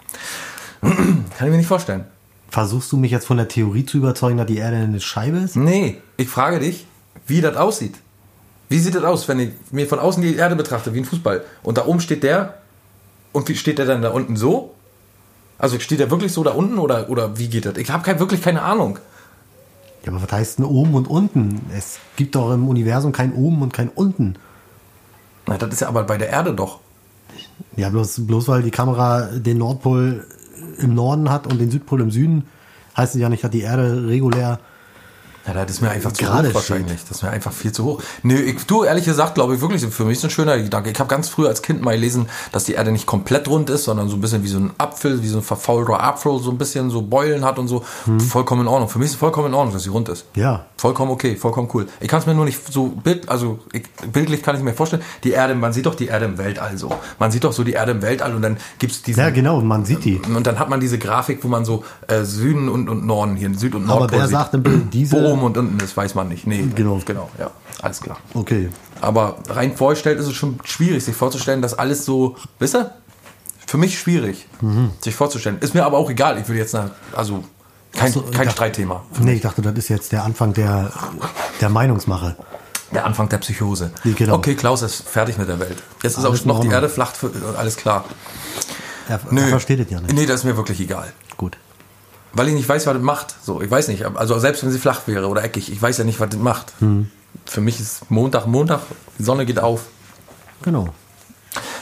S2: Kann ich mir nicht vorstellen.
S1: Versuchst du mich jetzt von der Theorie zu überzeugen, dass die Erde eine Scheibe ist?
S2: Nee, ich frage dich, wie das aussieht. Wie sieht das aus, wenn ich mir von außen die Erde betrachte, wie ein Fußball? Und da oben steht der. Und wie steht der dann da unten so? Also steht der wirklich so da unten oder, oder wie geht das? Ich habe kein, wirklich keine Ahnung.
S1: Ja, aber was heißt denn oben und unten? Es gibt doch im Universum kein oben und kein unten.
S2: Na, das ist ja aber bei der Erde doch.
S1: Ja, bloß, bloß weil die Kamera den Nordpol im Norden hat und den Südpol im Süden, heißt es ja nicht, dass die Erde regulär.
S2: Ja, das ist mir einfach zu
S1: Gerade
S2: hoch
S1: steht.
S2: wahrscheinlich. Das ist mir einfach viel zu hoch. Nö, ich, du, ehrlich gesagt, glaube ich wirklich, für mich ist ein schöner Gedanke. Ich habe ganz früh als Kind mal gelesen, dass die Erde nicht komplett rund ist, sondern so ein bisschen wie so ein Apfel, wie so ein verfaulter Apfel, so ein bisschen so Beulen hat und so. Vollkommen in Ordnung. Für mich ist es vollkommen in Ordnung, dass sie rund ist.
S1: Hm. Ja.
S2: Vollkommen okay, vollkommen cool. Ich kann es mir nur nicht so bild, also ich, bildlich kann ich mir vorstellen, die Erde, man sieht doch die Erde im Weltall so. Man sieht doch so die Erde im Weltall und dann gibt's diesen
S1: Ja, genau, man sieht die.
S2: und dann hat man diese Grafik, wo man so äh, Süden und, und Norden hier, Süd- und Nordpol
S1: Aber wer
S2: sieht.
S1: sagt denn bitte diese.
S2: Wo oben und unten ist, weiß man nicht. Nee,
S1: Genau.
S2: genau, ja, alles klar.
S1: Okay.
S2: Aber rein vorgestellt ist es schon schwierig, sich vorzustellen, dass alles so, wisst ihr? Für mich schwierig,
S1: Mhm.
S2: sich vorzustellen. Ist mir aber auch egal. Ich würde jetzt nach, also kein,
S1: So, ich
S2: kein
S1: dachte-
S2: Streitthema.
S1: Nee, ich dachte, das ist jetzt der Anfang der, der Meinungsmache.
S2: Der Anfang der Psychose.
S1: Genau.
S2: Okay, Klaus ist fertig mit der Welt. Jetzt ist
S1: Alles
S2: auch noch
S1: in
S2: die
S1: Ordnung.
S2: Erde flach, für, alles klar.
S1: Er, er versteht es ja nicht.
S2: Nee, das ist mir wirklich egal.
S1: Gut.
S2: Weil ich nicht weiß, was das macht. So, ich weiß nicht. Also selbst wenn sie flach wäre oder eckig, ich weiß ja nicht, was das macht.
S1: Mhm.
S2: Für mich ist Montag, Montag, die Sonne geht auf.
S1: Genau.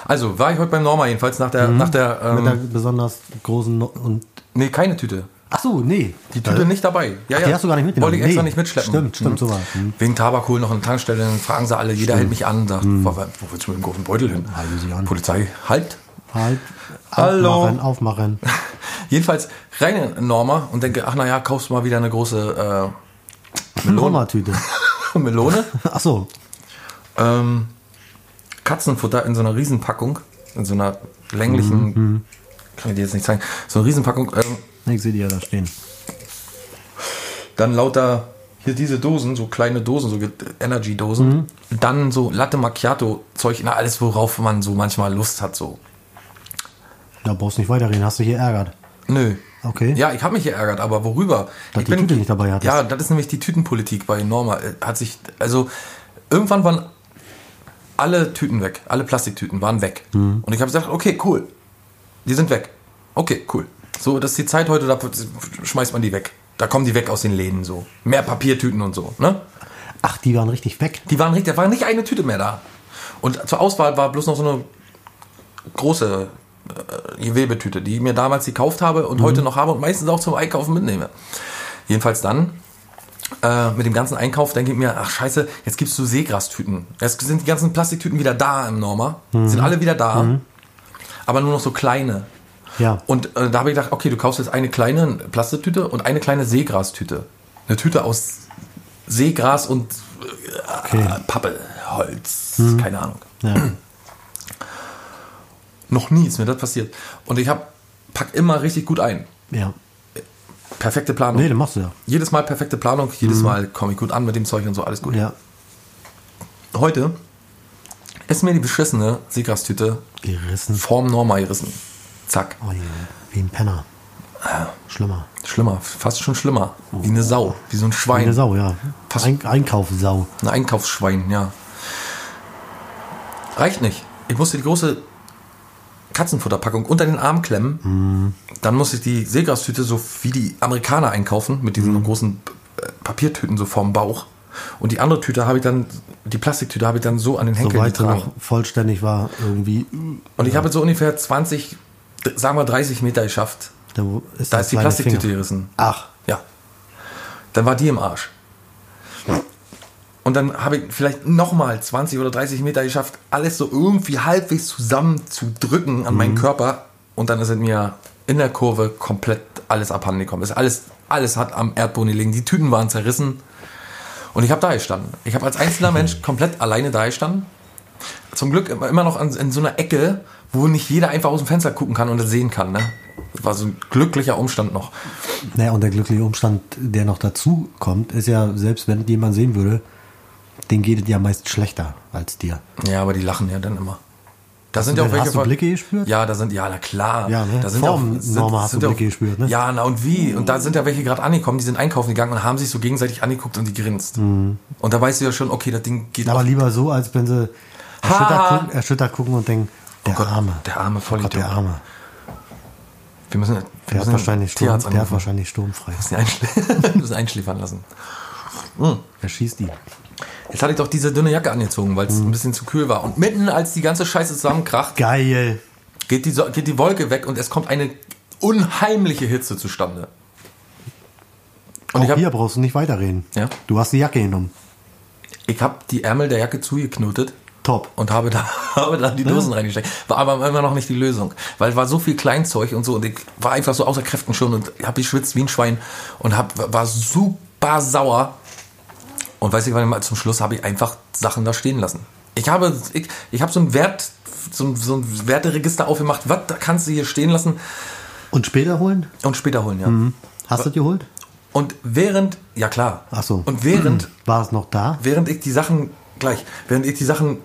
S2: Also war ich heute beim Norma jedenfalls nach der, nach der, ähm,
S1: Mhm. Mit der besonders großen no und.
S2: nee, keine Tüte.
S1: Ach so, nee.
S2: Die Tüte nicht dabei. Ja,
S1: Ach, die hast du gar nicht mitgenommen.
S2: Wollte ich extra
S1: Nee.
S2: nicht mitschleppen.
S1: Stimmt, stimmt, so war es. Mhm.
S2: Hm. Wegen Tabak holen noch in Tankstellen, fragen sie alle, jeder hält mich an, sagt, wo, wo willst du mit dem großen Beutel hin?
S1: Mhm. Halten sie an.
S2: Polizei, halt.
S1: Halt.
S2: Hallo.
S1: Aufmachen, aufmachen.
S2: Jedenfalls rein in Norma und denke, ach naja, kaufst du mal wieder eine große
S1: Nummertüte.
S2: äh, Melone.
S1: Ach so.
S2: ähm, Katzenfutter in so einer Riesenpackung, in so einer länglichen,
S1: Mhm.
S2: kann ich dir jetzt nicht zeigen, so eine Riesenpackung, ähm,
S1: Nee, Ich sehe die ja da stehen.
S2: dann lauter hier diese Dosen, so kleine Dosen, so
S1: Mhm.
S2: Energy-Dosen, dann so Latte Macchiato-Zeug, na alles, worauf man so manchmal Lust hat, so.
S1: Da brauchst du nicht weiterreden, hast du hier ärgert.
S2: Nö.
S1: Okay.
S2: Ja, ich habe mich geärgert, aber worüber?
S1: Dass
S2: ich
S1: die Tüte nicht dabei hattest.
S2: Ja, das ist nämlich die Tütenpolitik bei Norma. Äh, Hat sich, also irgendwann waren alle Tüten weg, alle Plastiktüten waren weg.
S1: Mhm.
S2: Und ich habe gesagt, okay, cool, die sind weg. Okay, cool. So, das ist die Zeit heute, da schmeißt man die weg. Da kommen die weg aus den Läden so. Mehr Papiertüten und so, ne?
S1: Ach, die waren richtig weg.
S2: Die waren richtig, da war nicht eine Tüte mehr da. Und zur Auswahl war bloß noch so eine große äh, Gewebetüte, die ich mir damals gekauft habe und heute noch habe und meistens auch zum Einkaufen mitnehme. Jedenfalls dann, äh, mit dem ganzen Einkauf, denke ich mir, ach scheiße, jetzt gibst du Seegrastüten. Jetzt sind die ganzen Plastiktüten wieder da im Norma. Sind alle wieder da. Aber nur noch so kleine.
S1: Ja.
S2: Und äh, da habe ich gedacht, okay, du kaufst jetzt eine kleine Plastiktüte und eine kleine Seegrastüte. Eine Tüte aus Seegras und äh,
S1: Okay. Mhm.
S2: Pappe, Holz, keine Ahnung.
S1: ja.
S2: Noch nie ist mir das passiert. Und ich habe pack immer richtig gut ein.
S1: ja.
S2: Perfekte Planung.
S1: Nee, dann machst du ja.
S2: jedes Mal perfekte Planung, jedes Mal komme ich gut an mit dem Zeug und so, alles gut.
S1: Ja.
S2: Heute ist mir die beschissene Seegrastüte
S1: Gerissen.
S2: vorm Norma gerissen. Zack.
S1: Oh, je. Wie ein Penner. Schlimmer.
S2: Schlimmer, fast schon schlimmer. Wie eine Sau, wie so ein Schwein.
S1: Wie eine Sau, ja.
S2: Pass-
S1: Ein Einkaufssau.
S2: Ein Einkaufsschwein, ja. Reicht nicht. Ich musste die große Katzenfutterpackung unter den Arm klemmen.
S1: Mhm.
S2: Dann musste ich die Seegrastüte so wie die Amerikaner einkaufen, mit
S1: Mhm.
S2: diesen großen äh, Papiertüten so vorm Bauch. Und die andere Tüte habe ich dann, die Plastiktüte habe ich dann so an den Henkel
S1: Soweit sie
S2: getragen.
S1: noch vollständig war, irgendwie.
S2: Und ich habe so ungefähr 20, d- sagen wir 30 Meter geschafft.
S1: Da wo- ist,
S2: Da
S1: der
S2: ist die
S1: kleine
S2: Plastiktüte
S1: Finger.
S2: gerissen.
S1: Ach,
S2: Ja. Dann war die im Arsch. Und dann habe ich vielleicht nochmal 20 oder 30 Meter geschafft, alles so irgendwie halbwegs zusammen zu drücken an meinen Körper. Und dann ist es mir in der Kurve komplett alles abhanden gekommen. Ist alles, alles hat am Erdboden gelegen. Die Tüten waren zerrissen. Und ich habe da gestanden. Ich habe als einzelner Mensch komplett alleine da gestanden. Zum Glück immer immer noch an, in so einer Ecke, wo nicht jeder einfach aus dem Fenster gucken kann und das sehen kann. Ne? Das war so ein glücklicher Umstand noch.
S1: naja, und der glückliche Umstand, der noch dazu kommt, ist ja, selbst wenn jemand sehen würde, den geht es ja meist schlechter als dir.
S2: Ja, aber die lachen ja dann immer. Da sind ja
S1: du
S2: auch
S1: denn-
S2: welche.
S1: hast du
S2: ver-
S1: Blicke gespürt?
S2: Ja, da sind, ja, na klar.
S1: Ja, ne?
S2: Da sind
S1: Vorm
S2: ja auch, sind,
S1: Norma hast
S2: sind
S1: du
S2: ja auch-
S1: Blicke gespürt, ne?
S2: Ja, na und wie? Und da sind ja welche gerade angekommen, die sind einkaufen gegangen und haben sich so gegenseitig angeguckt und die grinst. Und da weißt du ja schon, okay, das Ding geht
S1: Mhm. Aber
S2: auf. Oh
S1: lieber so, als wenn sie erschüttert gucken, erschüttert gucken und denken, der
S2: Oh Gott,
S1: Arme. Oh
S2: der arme Vollidiot.
S1: Gott, der Arme.
S2: Wir müssen, wir
S1: Der hat
S2: müssen
S1: wahrscheinlich, Sturm,
S2: Tierarzt
S1: der hat
S2: anrufen.
S1: wahrscheinlich sturmfrei.
S2: Wir müssen einschl- wir müssen einschläfern lassen.
S1: Er schießt ihn.
S2: Jetzt hatte ich doch diese dünne Jacke angezogen, weil es
S1: Mhm.
S2: ein bisschen zu kühl war. Und mitten, als die ganze Scheiße zusammenkracht,
S1: Geil.
S2: geht die, So- geht die Wolke weg und es kommt eine unheimliche Hitze zustande. Und
S1: Auch
S2: ich hab-
S1: hier brauchst du nicht weiterreden.
S2: Ja.
S1: Du hast die Jacke genommen.
S2: Ich habe die Ärmel der Jacke zugeknotet
S1: Top.
S2: und habe da, habe da die Dosen reingesteckt. War aber immer noch nicht die Lösung, weil war so viel Kleinzeug und so und ich war einfach so außer Kräften schon und habe geschwitzt wie ein Schwein und hab, war super sauer. Und weiß ich, wann zum Schluss habe ich einfach Sachen da stehen lassen. Ich habe, ich, ich habe so ein Wert, so ein, so ein Werteregister aufgemacht. Was kannst du hier stehen lassen
S1: Und später holen?
S2: und später holen,
S1: Mhm.
S2: ja.
S1: Hast du die geholt?
S2: Und während, ja klar.
S1: Ach so. Mhm.
S2: Und während
S1: War es noch da?
S2: während ich die Sachen gleich, während ich die Sachen,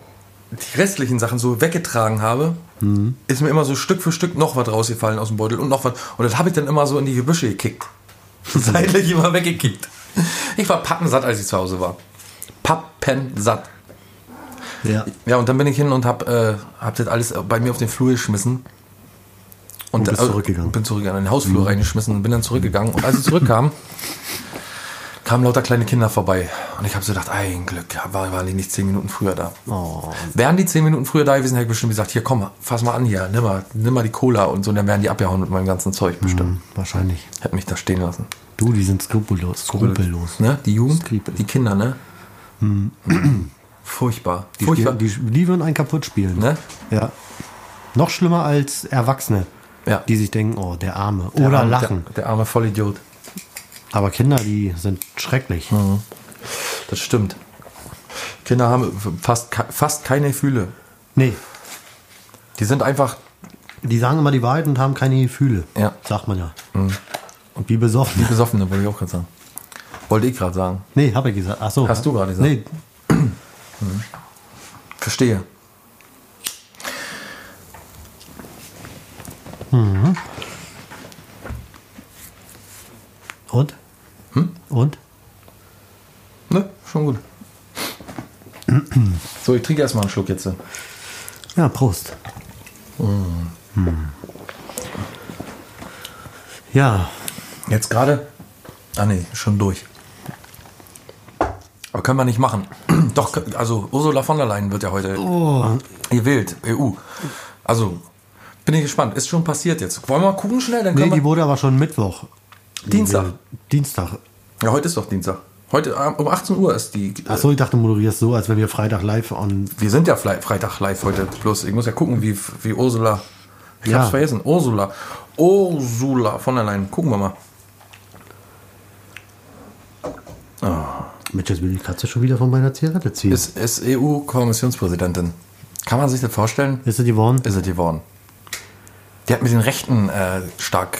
S2: die restlichen Sachen so weggetragen habe,
S1: Mhm.
S2: ist mir immer so Stück für Stück noch was rausgefallen aus dem Beutel und noch was. Und das habe ich dann immer so in die Gebüsche gekickt. Seitlich immer weggekickt. Ich war pappensatt, als ich zu Hause war. Pappensatt.
S1: Ja.
S2: Ja, und dann bin ich hin und hab, äh, hab das alles bei mir auf den Flur geschmissen. Und,
S1: bist
S2: äh,
S1: zurückgegangen. Mhm.
S2: Bin zurückgegangen, in den Hausflur reingeschmissen und bin dann zurückgegangen. Und als ich zurückkam, kamen lauter kleine Kinder vorbei. Und ich habe so gedacht, ein Glück, war- waren die nicht zehn Minuten früher da.
S1: Oh.
S2: Wären die zehn Minuten früher da gewesen, hätte ich bestimmt gesagt, hier komm, fass mal an hier, nimm mal, nimm mal die Cola und so. Und dann wären die abgehauen mit meinem ganzen Zeug bestimmt.
S1: Ähm, Wahrscheinlich.
S2: Hätte mich da stehen lassen.
S1: Du, die sind skrupellos. Skrupellos.
S2: Ne? Die Jugend,
S1: Skripel.
S2: die Kinder, ne? Furchtbar.
S1: Mhm. Die,
S2: Furchtbar.
S1: spielen- die, die würden einen kaputt spielen.
S2: Ne?
S1: Ja. Noch schlimmer als Erwachsene,
S2: Ja.
S1: die sich denken, oh, der Arme. Oder
S2: arme-
S1: lachen.
S2: Der, der arme Vollidiot.
S1: Aber Kinder, die sind schrecklich.
S2: Hm. Das stimmt. Kinder haben fast, ke- fast keine Gefühle.
S1: Nee,
S2: Die sind einfach.
S1: die sagen immer die Wahrheit und haben keine Gefühle.
S2: Ja. Hm.
S1: Sagt man ja. Und wie besoffen.
S2: Besoffene, wollte ich auch gerade sagen. Wollte ich gerade sagen.
S1: Nee, habe ich gesagt. Ach so.
S2: Hast du gerade gesagt.
S1: Nee,
S2: Verstehe.
S1: Und?
S2: Hm?
S1: Und?
S2: Ne? Schon gut. so, ich trinke erstmal einen Schluck jetzt.
S1: Ja, Prost. Hm. Ja,
S2: Jetzt gerade? Ah, nee, schon durch. Aber können wir nicht machen. Doch, kö- also Ursula von der Leyen wird ja heute
S1: Ähm,
S2: gewählt, EU. Also, bin ich gespannt. Ist schon passiert jetzt. Wollen wir mal gucken schnell? Dann
S1: nee,
S2: können
S1: die
S2: wir
S1: wurde aber schon Mittwoch.
S2: Dienstag.
S1: Dienstag.
S2: Ja, heute ist doch Dienstag. Heute ähm, um 18 Uhr ist die. Äh,
S1: Achso, ich dachte, du moderierst so, als wenn wir Freitag live on.
S2: wir sind ja Fle- Freitag live heute. Bloß, ich muss ja gucken, wie, wie Ursula. Ich
S1: Ja.
S2: hab's vergessen. Ursula. Ursula von der Leyen. Gucken wir mal.
S1: Mensch, jetzt will die Katze schon wieder von meiner Zigarette ziehen. Ist,
S2: Ist, ist EU-Kommissionspräsidentin. Kann man sich das vorstellen?
S1: sie geworden?
S2: Ist es geworden. Die hat mit den Rechten äh, stark.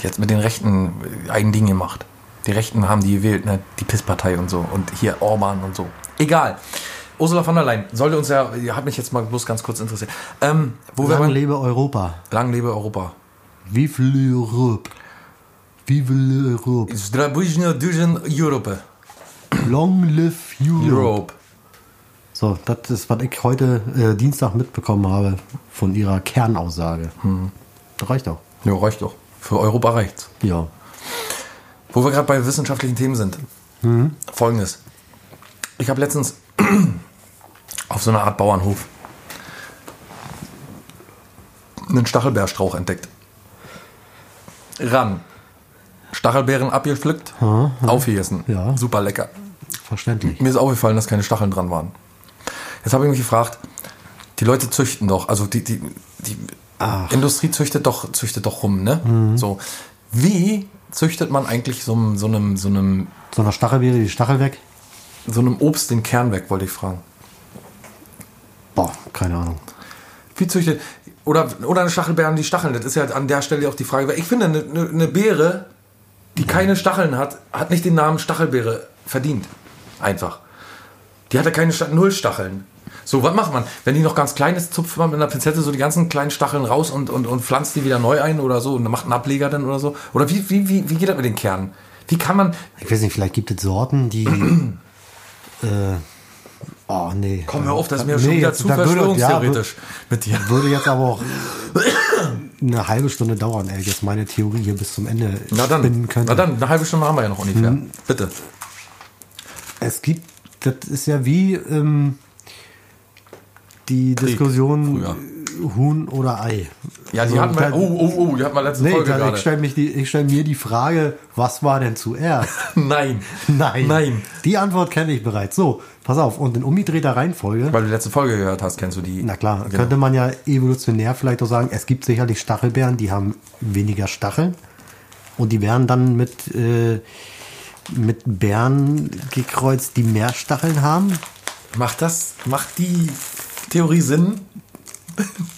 S2: Die hat mit den Rechten eigen Ding gemacht. Die Rechten haben die gewählt, ne? die Pisspartei und so. Und hier Orban und so. Egal. Ursula von der Leyen sollte uns ja, hat mich jetzt mal bloß ganz kurz interessiert. Ähm, wo wir
S1: Lang
S2: beim,
S1: lebe Europa.
S2: lang lebe Europa.
S1: Vive l'Europe. Vive l'Europe.
S2: Zdrabujne Dujen Europe.
S1: Long live Europe.
S2: Europe.
S1: So, das ist, was ich heute äh, Dienstag mitbekommen habe von ihrer Kernaussage.
S2: Hm.
S1: Das reicht doch.
S2: Ja, reicht doch. Für Europa reicht's.
S1: Ja.
S2: Wo wir gerade bei wissenschaftlichen Themen sind. Folgendes. Ich habe letztens auf so einer Art Bauernhof einen Stachelbeerstrauch entdeckt. Ran. Stachelbeeren abgepflückt, aufgegessen.
S1: Ja.
S2: Super lecker.
S1: Verständlich.
S2: Mir ist aufgefallen, dass keine Stacheln dran waren. Jetzt habe ich mich gefragt, die Leute züchten doch, also die, die, die Industrie züchtet doch, züchtet doch rum, ne? So. Wie züchtet man eigentlich so einem, so einem, so einem,
S1: So einer Stachelbeere, die Stachel weg?
S2: so einem Obst den Kern weg, wollte ich fragen.
S1: Boah, keine Ahnung.
S2: Wie züchtet, oder, oder eine Stachelbeere haben die Stacheln, das ist ja halt an der Stelle auch die Frage, weil ich finde, eine, eine- eine Beere, die keine Stacheln hat, hat nicht den Namen Stachelbeere verdient. Einfach. Die hatte keine Sta null Stacheln. So, was macht man? Wenn die noch ganz klein ist, zupft man mit einer Pinzette so die ganzen kleinen Stacheln raus und, und, und pflanzt die wieder neu ein oder so und macht einen Ableger dann oder so. Oder wie, wie, wie, wie geht das mit den Kernen? Wie kann man.
S1: Ich weiß nicht, vielleicht gibt es Sorten, die. äh, oh, nee. Äh,
S2: Komm, hör auf, das ist mir
S1: Nee,
S2: schon wieder
S1: jetzt-
S2: zu
S1: da würde- ja, wür-
S2: verschwörungstheoretisch mit dir.
S1: Würde jetzt aber auch eine halbe Stunde dauern, ey, jetzt meine Theorie hier bis zum Ende
S2: Na dann,
S1: spinnen Mhm. könnte.
S2: na dann, eine halbe Stunde haben wir ja noch ungefähr. Bitte.
S1: Es gibt, das ist ja wie ähm, die Diskussion
S2: früher.
S1: äh, Huhn oder Ei.
S2: Ja, die
S1: So,
S2: hatten wir.
S1: da-
S2: Oh, oh, oh, die hatten wir letzte
S1: Nee,
S2: Folge
S1: da-
S2: gerade.
S1: ich stelle stell mir die Frage, was war denn zuerst?
S2: Nein.
S1: Nein.
S2: Nein.
S1: Die Antwort kenne ich bereits. So, pass auf. Und in umgedrehter Reihenfolge,
S2: Weil du die letzte Folge gehört hast, kennst du die.
S1: na klar,
S2: Genau.
S1: könnte man ja evolutionär vielleicht auch sagen, es gibt sicherlich Stachelbeeren, die haben weniger Stacheln. Und die werden dann mit, äh, mit Bären gekreuzt, die mehr Stacheln haben.
S2: Macht das, macht die Theorie Sinn?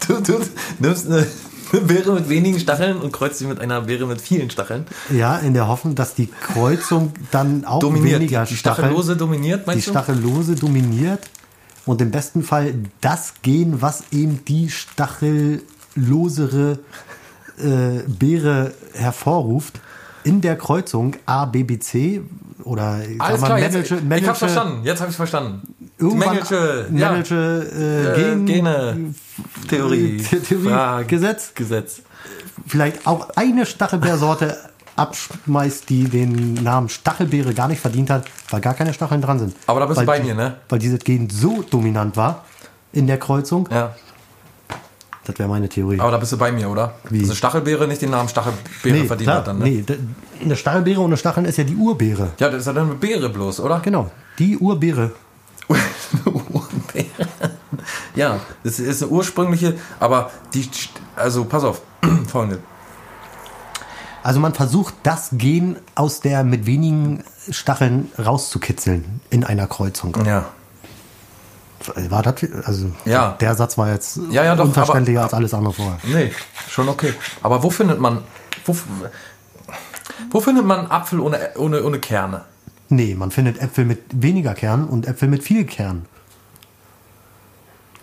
S2: Du, du nimmst eine Beere mit wenigen Stacheln und kreuzt sie mit einer Beere mit vielen Stacheln.
S1: Ja, in der Hoffnung, dass die Kreuzung dann auch
S2: Dominiert. Die,
S1: weniger
S2: die Stachellose dominiert,
S1: die
S2: meinst du?
S1: Stachellose dominiert und im besten Fall das Gen, was eben die stachellosere äh, Beere hervorruft, in der Kreuzung A, B, B, C oder ich sag
S2: Alles
S1: mal,
S2: klar, jetzt,
S1: Mendelsche-
S2: ich hab's
S1: Mendelsche-
S2: verstanden. Jetzt hab ich's verstanden. Die
S1: Irgendwann
S2: Mendelsche, ja.
S1: Mendelsche, äh,
S2: Äh,
S1: Gen,
S2: Gene. Theorie.
S1: The- Theorie,
S2: Frage.
S1: Gesetz.
S2: Gesetz.
S1: Vielleicht auch eine Stachelbeersorte abschmeißt, die den Namen Stachelbeere gar nicht verdient hat, weil gar keine Stacheln dran sind.
S2: Aber da bist du
S1: Weil
S2: bei
S1: die-
S2: mir, ne?
S1: Weil dieses Gen so dominant war in der Kreuzung.
S2: Ja.
S1: Das wäre meine Theorie.
S2: Aber da bist du bei mir, oder?
S1: Wie?
S2: Also Stachelbeere nicht den Namen Stachelbeere
S1: nee,
S2: verdient
S1: klar,
S2: hat dann, ne?
S1: nee, d- eine Stachelbeere ohne Stacheln ist ja die Urbeere.
S2: Ja, das ist ja dann eine Beere bloß, oder?
S1: Genau, die Urbeere.
S2: Urbeere. ja, das ist eine ursprüngliche, aber die, also pass auf, folgende.
S1: Also man versucht, das Gen aus der mit wenigen Stacheln rauszukitzeln in einer Kreuzung.
S2: Ja.
S1: War das, also
S2: Ja.
S1: der Satz war jetzt
S2: Ja, ja, doch,
S1: unverständlicher als alles andere vorher.
S2: Nee, schon okay. Aber wo findet man, wo, wo findet man einen Apfel ohne, ohne, ohne Kerne?
S1: Nee, man findet Äpfel mit weniger Kern und Äpfel mit viel Kern.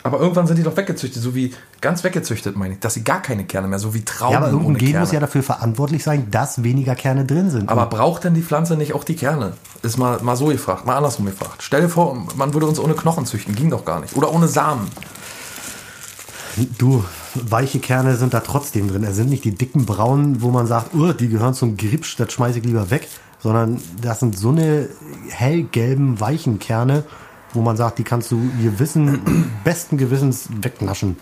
S2: Aber irgendwann sind die doch weggezüchtet, so wie, ganz weggezüchtet meine ich, dass sie gar keine Kerne mehr, so wie Trauben
S1: Ja, aber irgendein
S2: ohne
S1: Gen
S2: Kerne.
S1: muss ja dafür verantwortlich sein, dass weniger Kerne drin sind.
S2: Aber braucht denn die Pflanze nicht auch die Kerne? Ist mal, mal so gefragt, mal andersrum gefragt. Stell dir vor, man würde uns ohne Knochen züchten, ging doch gar nicht. Oder ohne Samen.
S1: du, weiche Kerne sind da trotzdem drin. Es sind nicht die dicken braunen, wo man sagt, "Uh, die gehören zum Gripsch, das schmeiße ich lieber weg. Sondern das sind so eine hellgelben, weichen Kerne, wo man sagt, die kannst du gewissen, besten Gewissens wegnaschen.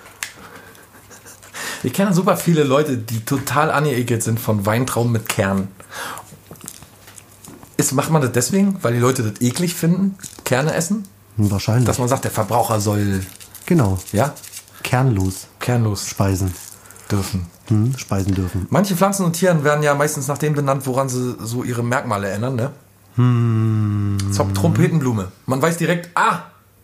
S2: Ich kenne super viele Leute, die total angeekelt sind von Weintrauben mit Kernen. Ist, macht man das deswegen, weil die Leute das eklig finden, Kerne essen?
S1: Hm, Wahrscheinlich.
S2: Dass man sagt, der Verbraucher soll,
S1: genau.
S2: ja,
S1: Kernlos
S2: kernlos
S1: speisen.
S2: dürfen.
S1: Hm, speisen dürfen.
S2: Manche Pflanzen und Tieren werden ja meistens nach dem benannt, woran sie so ihre Merkmale ändern, ne? Hm. Trompetenblume. Man weiß direkt, ah,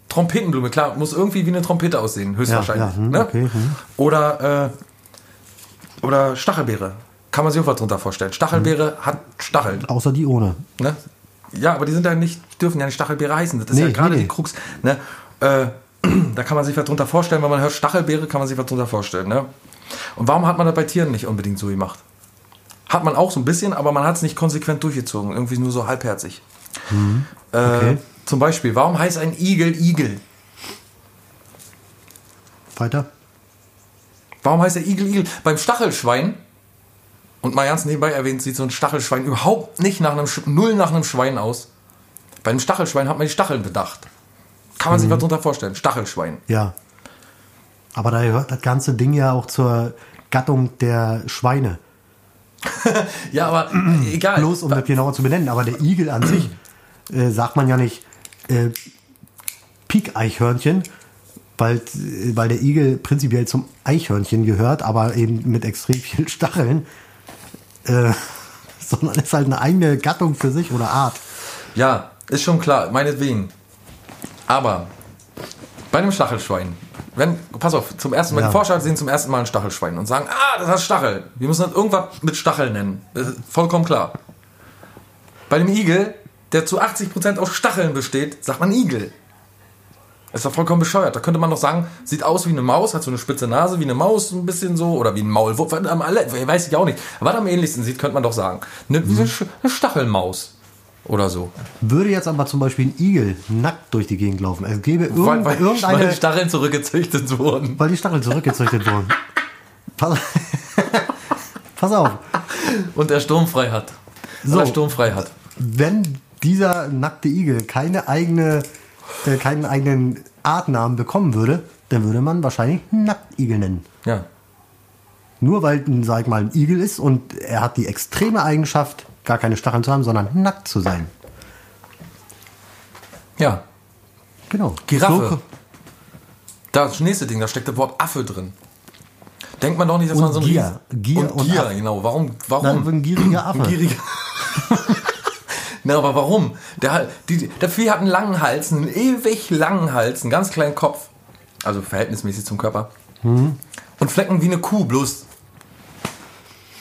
S2: Trompetenblume, klar, muss irgendwie wie eine Trompete aussehen, höchstwahrscheinlich.
S1: Ja, ja, hm,
S2: ne?
S1: okay, hm.
S2: Oder, äh, oder Stachelbeere. Kann man sich auch was drunter vorstellen. Stachelbeere hat Stacheln.
S1: Außer die ohne.
S2: Ne? Ja, aber die sind ja nicht, dürfen ja nicht Stachelbeere heißen. Das ist ja
S1: Nee,
S2: gerade
S1: nee,
S2: die
S1: nee.
S2: Krux. Ne? Äh, da kann man sich was drunter vorstellen, wenn man hört Stachelbeere, kann man sich was drunter vorstellen. Ne? Und warum hat man das bei Tieren nicht unbedingt so gemacht? Hat man auch so ein bisschen, aber man hat es nicht konsequent durchgezogen. Irgendwie nur so halbherzig. Äh,
S1: Mhm. okay.
S2: zum Beispiel, warum heißt ein Igel Igel?
S1: Weiter.
S2: Warum heißt der Igel Igel? Beim Stachelschwein, und mal ganz nebenbei erwähnt, sieht so ein Stachelschwein überhaupt nicht nach einem, Sch- null nach einem Schwein aus. Bei einem Stachelschwein hat man die Stacheln bedacht. Kann man sich was darunter vorstellen. Stachelschwein.
S1: Ja. Aber da gehört das ganze Ding ja auch zur Gattung der Schweine.
S2: Ja, aber äh, egal.
S1: Bloß um das genauer zu benennen. Aber der Igel an sich äh, sagt man ja nicht äh, Pik-Eichhörnchen, weil, äh, weil der Igel prinzipiell zum Eichhörnchen gehört, aber eben mit extrem vielen Stacheln. Äh, sondern ist halt eine eigene Gattung für sich oder Art.
S2: Ja, ist schon klar, meinetwegen. Aber bei einem Stachelschwein, wenn, pass auf, zum ersten Mal,
S1: Ja.
S2: die Forscher sehen zum ersten Mal ein Stachelschwein und sagen, ah, das hat Stachel. Wir müssen das irgendwas mit Stachel nennen. Das ist vollkommen klar. Bei dem Igel, der zu 80% aus Stacheln besteht, sagt man Igel. Ist doch vollkommen bescheuert. Da könnte man noch sagen, sieht aus wie eine Maus, hat so eine spitze Nase, wie eine Maus, ein bisschen so, oder wie ein Maulwurf. Was am alle- Weiß ich auch nicht. Was am ähnlichsten sieht, könnte man doch sagen. Eine, wie so eine Stachelmaus. Oder so.
S1: Würde jetzt aber zum Beispiel ein Igel nackt durch die Gegend laufen. Es gäbe
S2: Weil,
S1: irgend,
S2: weil, weil
S1: irgendeine
S2: die Stacheln zurückgezüchtet wurden.
S1: Weil die Stacheln zurückgezüchtet wurden. Pass, Pass auf,
S2: Und er sturmfrei hat. So.
S1: So.
S2: Weil er sturmfrei hat.
S1: wenn dieser nackte Igel keine eigene, äh, keinen eigenen Artnamen bekommen würde, dann würde man wahrscheinlich einen Nacktigel nennen.
S2: Ja.
S1: Nur weil, sag ich mal, ein Igel ist und er hat die extreme Eigenschaft, gar keine Stacheln zu haben, sondern nackt zu sein.
S2: Ja.
S1: Genau.
S2: Giraffe.
S1: So-
S2: Da ist das nächste Ding, da steckt das Wort Affe drin. Denkt man doch nicht, dass
S1: Und
S2: man so ein
S1: Gier.
S2: Riesen-
S1: Gier
S2: und
S1: und
S2: Gier,
S1: Affe.
S2: genau. Warum?
S1: Dann
S2: Warum?
S1: ein gieriger Affe.
S2: Ein gieriger. Na, aber warum? Der, die, der Vieh hat einen langen Hals, einen ewig langen Hals, einen ganz kleinen Kopf. Also verhältnismäßig zum Körper.
S1: Mhm.
S2: Und Flecken wie eine Kuh, bloß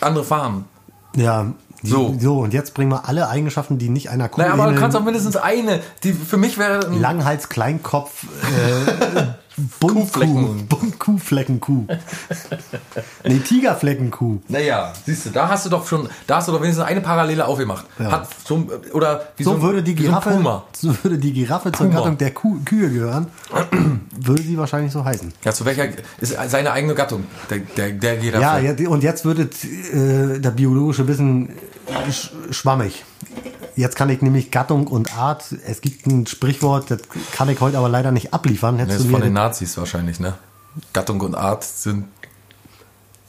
S2: andere Farben.
S1: ja. Die,
S2: So.
S1: so. so, und jetzt bringen wir alle Eigenschaften, die nicht einer Kuh
S2: Naja, aber du
S1: ähneln.
S2: kannst auch mindestens eine. Die, für mich wäre ein
S1: Langhals, Kleinkopf, äh, Buntkuh.
S2: Kuhflecken.
S1: Buntkuhfleckenkuh. nee, Tigerfleckenkuh.
S2: Naja, siehst du, da hast du doch schon, da hast du doch wenigstens eine Parallele aufgemacht.
S1: Ja.
S2: Hat so, oder wie
S1: So,
S2: ein-
S1: würde die
S2: wie so ein
S1: Giraffe,
S2: Puma.
S1: so würde die Giraffe zur
S2: Puma.
S1: Gattung der Kuh, Kühe gehören, würde sie wahrscheinlich so heißen.
S2: Ja, zu welcher ist seine eigene Gattung? Der, der, der Giraffe.
S1: Ja, ja, die- und jetzt würde äh, der biologische Wissen sch schwammig. Jetzt kann ich nämlich Gattung und Art, es gibt ein Sprichwort, das kann ich heute aber leider nicht abliefern.
S2: Das
S1: Hättest
S2: ist
S1: du
S2: von den
S1: mir,
S2: Nazis wahrscheinlich, ne? Gattung und Art sind.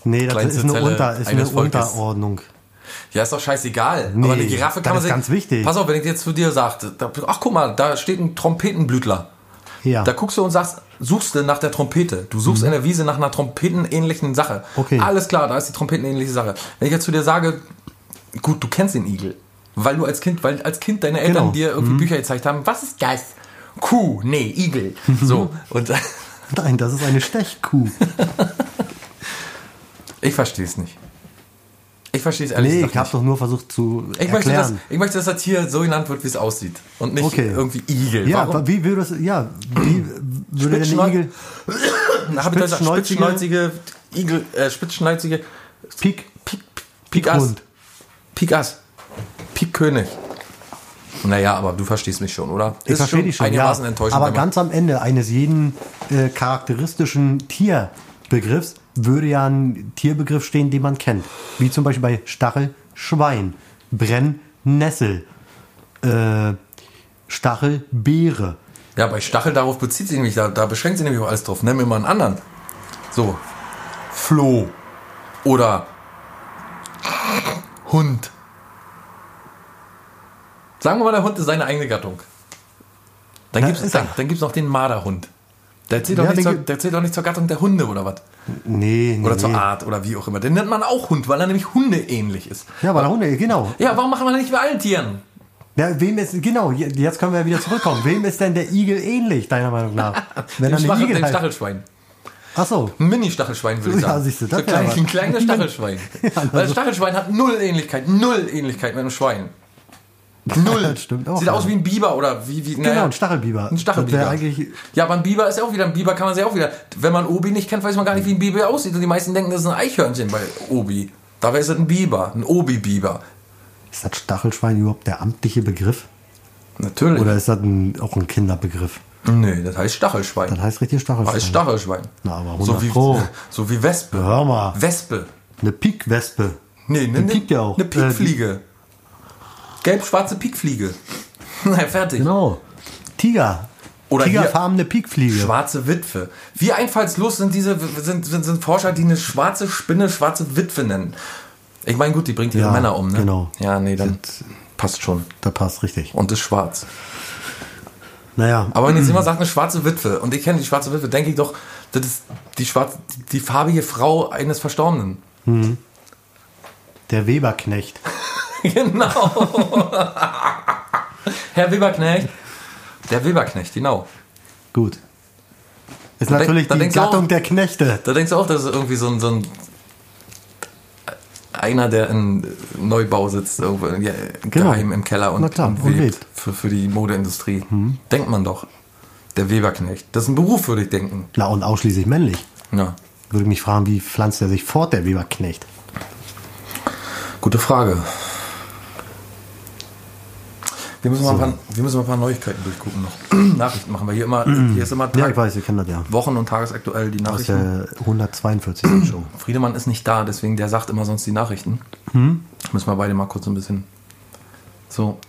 S1: nee, das
S2: kleinste
S1: ist eine,
S2: Zelle
S1: Unter, ist eine
S2: eines Volkes.
S1: Unterordnung.
S2: Ja, ist doch scheißegal.
S1: Nee,
S2: aber eine Giraffe
S1: das
S2: kann man
S1: ist
S2: sich.
S1: ganz wichtig.
S2: Pass auf, wenn ich jetzt zu dir sagte, da, ach guck mal, da steht ein Trompetenblütler.
S1: Ja.
S2: Da guckst du und sagst, suchst du nach der Trompete. Du suchst in der Wiese nach einer trompetenähnlichen Sache.
S1: Mhm. Okay.
S2: Alles klar, da ist die trompetenähnliche Sache. Wenn ich jetzt zu dir sage, gut, du kennst den Igel, weil du als Kind, weil als Kind deine Eltern
S1: Genau.
S2: dir irgendwie Bücher gezeigt haben, was ist das? Kuh, nee, Igel.
S1: Mhm.
S2: So, und
S1: Nein, das ist eine Stechkuh.
S2: ich verstehe es nicht. Ich verstehe es ehrlich
S1: Nee,
S2: gesagt
S1: ich habe doch nur versucht zu
S2: Ich möchte, dass,
S1: erklären.
S2: ich möchte, dass das hier so genannt wird, wie es aussieht. Und nicht
S1: Okay.
S2: irgendwie Igel.
S1: ja,
S2: Warum?
S1: wie würde das, ja, wie würde denn der
S2: Spitzschnau-
S1: Igel
S2: Hab ich doch gesagt, spitzschnäuzige
S1: Spitzschnäuzige-
S2: Igel, äh, spitzschnäuzige
S1: Pik,
S2: Pik, Pikas.
S1: Pikhund.
S2: Pikas. Pikkönig. Naja, aber du verstehst mich schon, oder?
S1: Ich verstehe dich schon, ja.
S2: einigermaßen enttäuschend.
S1: Aber
S2: wenn man-
S1: ganz am Ende eines jeden äh, charakteristischen Tierbegriffs würde ja ein Tierbegriff stehen, den man kennt. Wie zum Beispiel bei Stachelschwein, Brennnessel, äh, Stachelbeere.
S2: ja, bei Stachel darauf bezieht sich nämlich, da, da beschränkt sich nämlich auch alles drauf. Nenn mir mal einen anderen. So. Floh. Oder Hund. Sagen wir mal, der Hund ist seine eigene Gattung. Dann
S1: Na,
S2: gibt es
S1: ist er.
S2: dann, dann gibt's noch den Marderhund. Der zählt,
S1: äh, Ja,
S2: doch nicht
S1: den
S2: zur,
S1: gibt-
S2: der zählt doch nicht zur Gattung der Hunde oder was?
S1: Nee, nee.
S2: Oder zur
S1: nee.
S2: Art oder wie auch immer. Den nennt man auch Hund, weil er nämlich hundeähnlich ist.
S1: Ja, aber Hunde, genau.
S2: Ja, warum machen wir das nicht bei allen Tieren?
S1: Ja, wem ist, genau, je- jetzt können wir wieder zurückkommen. Wem ist denn der Igel ähnlich, deiner Meinung nach? Wenn
S2: Dem,
S1: er eine
S2: Stachel,
S1: Igel
S2: dem
S1: heißt.
S2: Stachelschwein.
S1: Ach so.
S2: Ein Mini-Stachelschwein, würde ich
S1: Ja,
S2: sagen.
S1: siehst du, das
S2: so
S1: wär
S2: klein,
S1: was.
S2: ein kleines Stachelschwein.
S1: Ja, also-
S2: Weil das Stachelschwein hat null Ähnlichkeit, null Ähnlichkeit mit einem Schwein. Null.
S1: Das stimmt auch,
S2: Sieht
S1: ja.
S2: aus wie ein Biber oder wie, wie
S1: Genau, ein Stachelbiber.
S2: Ein Stachelbiber.
S1: Das wär eigentlich-
S2: ja, aber ein Biber ist ja auch wieder, ein Biber kann man sich auch wieder, wenn man Obi nicht kennt, weiß man gar nicht, wie ein Biber aussieht. Und die meisten denken, das ist ein Eichhörnchen bei Obi. Dabei ist es ein Biber, ein Obi-Biber.
S1: Ist das Stachelschwein überhaupt der amtliche Begriff?
S2: Natürlich.
S1: Oder ist das ein, auch ein Kinderbegriff?
S2: nee, das heißt Stachelschwein.
S1: Das heißt richtig Stachelschwein.
S2: heißt Stachelschwein.
S1: Na, aber
S2: so wie,
S1: 100 Pro.
S2: so wie Wespe.
S1: Hör mal.
S2: Wespe.
S1: Eine Pikwespe.
S2: Nee, ne,
S1: Die piekt ja auch.
S2: Eine
S1: Äh, die-
S2: Pikfliege. Gelb-schwarze Pikfliege. Na, fertig.
S1: Genau. Tiger.
S2: Oder hier-
S1: Tigerfarbene Pikfliege.
S2: Schwarze Witwe. Wie einfallslos sind diese sind, sind, sind Forscher, die eine schwarze Spinne schwarze Witwe nennen. Ich meine, gut, die bringt ihre
S1: Ja,
S2: Männer um, ne?
S1: genau.
S2: Ja, nee, dann
S1: Das-
S2: passt schon.
S1: Da passt richtig.
S2: Und ist schwarz.
S1: Naja,
S2: Aber wenn jetzt jemand sagt, eine schwarze Witwe, und ich kenne die schwarze Witwe, denke ich doch, das ist die, schwarze, die farbige Frau eines Verstorbenen.
S1: der Weberknecht.
S2: Genau. Herr Weberknecht. Der Weberknecht, genau.
S1: Gut. Ist
S2: Da denk-
S1: natürlich
S2: da
S1: die
S2: denkst du
S1: Gattung
S2: auch-
S1: der Knechte.
S2: Da denkst du auch, dass es irgendwie so ein, so ein einer, der in Neubau sitzt, irgendwo ja,
S1: Genau.
S2: geheim im Keller und,
S1: Na klar,
S2: und
S1: und Mhm.
S2: webt
S1: webt.
S2: für, für die Modeindustrie. Denkt man doch. Der Weberknecht. Das ist ein Beruf, würde ich denken.
S1: Na, und ausschließlich männlich.
S2: Ja.
S1: Würde mich fragen, wie pflanzt er sich fort, der Weberknecht?
S2: Gute Frage. Wir müssen, mal ein paar, wir müssen mal ein paar Neuigkeiten durchgucken noch. Nachrichten machen wir hier immer. Hier ist immer
S1: Mhm. Ja,
S2: Tag-
S1: ich weiß, ich kenne das ja.
S2: Wochen- und tagesaktuell die
S1: Aus
S2: Nachrichten.
S1: der 142. Show.
S2: Friedemann ist nicht da, deswegen der sagt immer sonst die Nachrichten. Müssen wir beide mal kurz ein bisschen. So.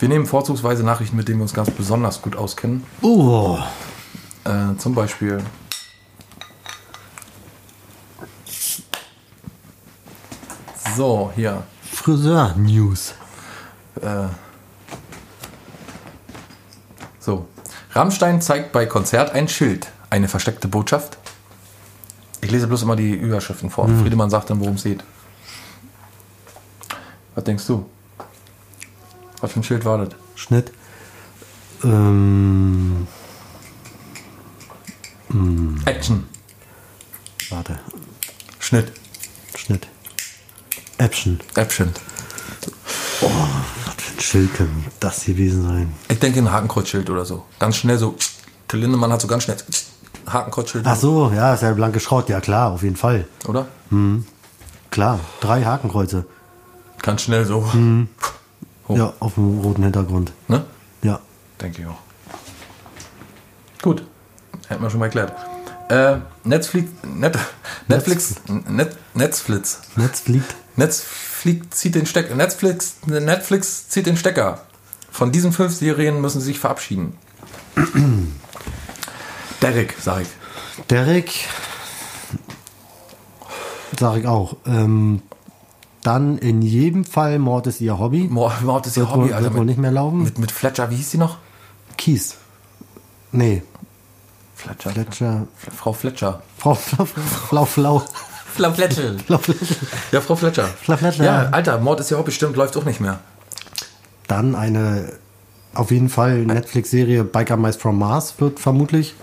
S2: Wir nehmen vorzugsweise Nachrichten, mit denen wir uns ganz besonders gut auskennen.
S1: Oh,
S2: Äh, zum Beispiel. So, hier.
S1: Friseur-News.
S2: Äh. So. Rammstein zeigt bei Konzert ein Schild. Eine versteckte Botschaft. Ich lese bloß immer die Überschriften vor. Friedemann sagt dann, worum es geht. Was denkst du? Was für ein Schild war das?
S1: Schnitt. Ähm,
S2: Action.
S1: warte.
S2: Schnitt.
S1: Schnitt. Action.
S2: Action.
S1: Was für ein Schild kann das gewesen sein?
S2: Ich denke ein Hakenkreuzschild oder so. Ganz schnell so Till Lindemann hat so ganz schnell Hakenkreuzschild,
S1: Ach so, ja, ist ja blanke Schrott. Ja, klar, auf jeden Fall.
S2: oder?
S1: Klar, drei Hakenkreuze.
S2: Ganz schnell so. Oh.
S1: Ja, auf dem roten Hintergrund.
S2: Ne?
S1: Ja.
S2: Denke ich auch. Gut. Hätten wir schon mal erklärt. Äh, Netflix, Net, Netflix, Net, Netflix,
S1: Netz fliegt.
S2: Netflix zieht den Stecker, Netflix, Netflix zieht den Stecker. Von diesen fünf Serien müssen sie sich verabschieden. Derek, sag ich.
S1: Derek, sag ich auch. Ähm, dann in jedem Fall Mord ist ihr Hobby.
S2: Mor- Mord ist ihr
S1: Wird
S2: Hobby,
S1: wohl-
S2: Alter.
S1: Wird wohl
S2: Mit,
S1: nicht mehr laufen.
S2: mit, mit Fletcher, wie hieß sie noch?
S1: Kies. Nee,
S2: Fletcher.
S1: Fletcher.
S2: Frau Fletcher.
S1: Frau Flau, Flau, Flau,
S2: Frau Fletcher.
S1: Flau, Flau.
S2: Ja, Frau Fletcher.
S1: Frau Fletcher.
S2: Ja, Alter, Mord ist ihr Hobby, stimmt, läuft auch nicht mehr.
S1: Dann eine, auf jeden Fall Netflix-Serie Biker Mice from Mars wird vermutlich.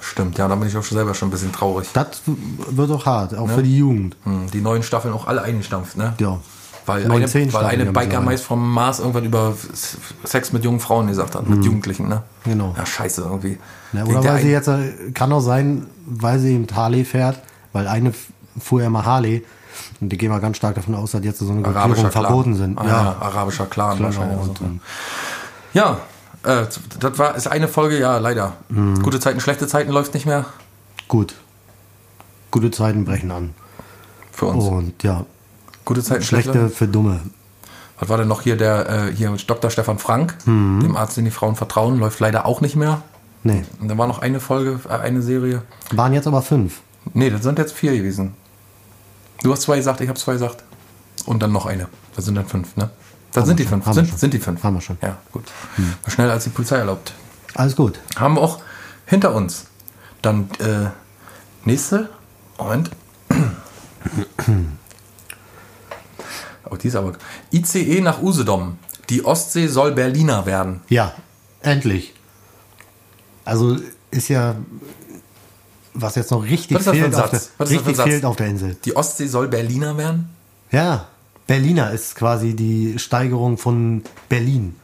S2: Stimmt, ja, da bin ich auch schon selber schon ein bisschen traurig.
S1: Das wird auch hart,
S2: Ne?
S1: auch für die Jugend.
S2: Hm, Die neuen Staffeln auch alle eingestampft, ne?
S1: Ja.
S2: Weil
S1: 9,
S2: eine,
S1: 10
S2: weil
S1: Staffeln
S2: eine
S1: haben
S2: Biker
S1: sie
S2: meist vom Mars irgendwann über S- Sex mit jungen Frauen gesagt hat, mit Jugendlichen, ne?
S1: Mhm. Genau.
S2: Ja, scheiße, irgendwie.
S1: Ja,
S2: Liegt
S1: Ne, oder
S2: der
S1: weil sie
S2: ein-
S1: jetzt, äh, kann auch sein, weil sie eben Harley fährt, weil eine f- fuhr ja mal Harley und die gehen mal ganz stark davon aus, dass jetzt so eine Gruppierung
S2: arabischer Clan.
S1: verboten sind.
S2: Ah, ja.
S1: ja, genau.
S2: arabischer Clan wahrscheinlich.
S1: und, ähm,
S2: so. Ja, äh, das war ist eine Folge, ja, leider.
S1: Mhm.
S2: Gute Zeiten, schlechte Zeiten läuft nicht mehr
S1: gut. Gute Zeiten brechen an.
S2: für uns.
S1: Und ja,
S2: Gute Zeiten, schlechte.
S1: Oh, schlechte für Dumme.
S2: Was war denn noch hier der äh, hier mit Dr. Stefan Frank,
S1: Mhm.
S2: dem Arzt, den die Frauen vertrauen, läuft leider auch nicht mehr.
S1: Nee,
S2: Und da war noch eine Folge, äh, eine Serie.
S1: waren jetzt aber fünf.
S2: Nee, das sind jetzt vier gewesen. Du hast zwei gesagt, ich habe zwei gesagt. Und dann noch eine. Das sind dann fünf, ne? Das sind die
S1: schon,
S2: fünf.
S1: haben wir
S2: Sind,
S1: schon.
S2: sind die fünf.
S1: Haben wir schon. Hm.
S2: Ja, gut. War Schneller als die Polizei erlaubt.
S1: Alles gut.
S2: Haben wir auch hinter uns. Dann äh, nächste. Moment. Oh, die ist aber. ICE nach Usedom. Die Ostsee soll Berliner werden.
S1: Ja, endlich. Also ist ja, was jetzt noch richtig,
S2: Was ist das für ein
S1: fehlt, auf der,
S2: Satz? Was ist das für ein
S1: richtig
S2: Satz?
S1: fehlt auf der Insel.
S2: Die Ostsee soll Berliner werden?
S1: Ja, Berliner ist quasi die Steigerung von Berlin.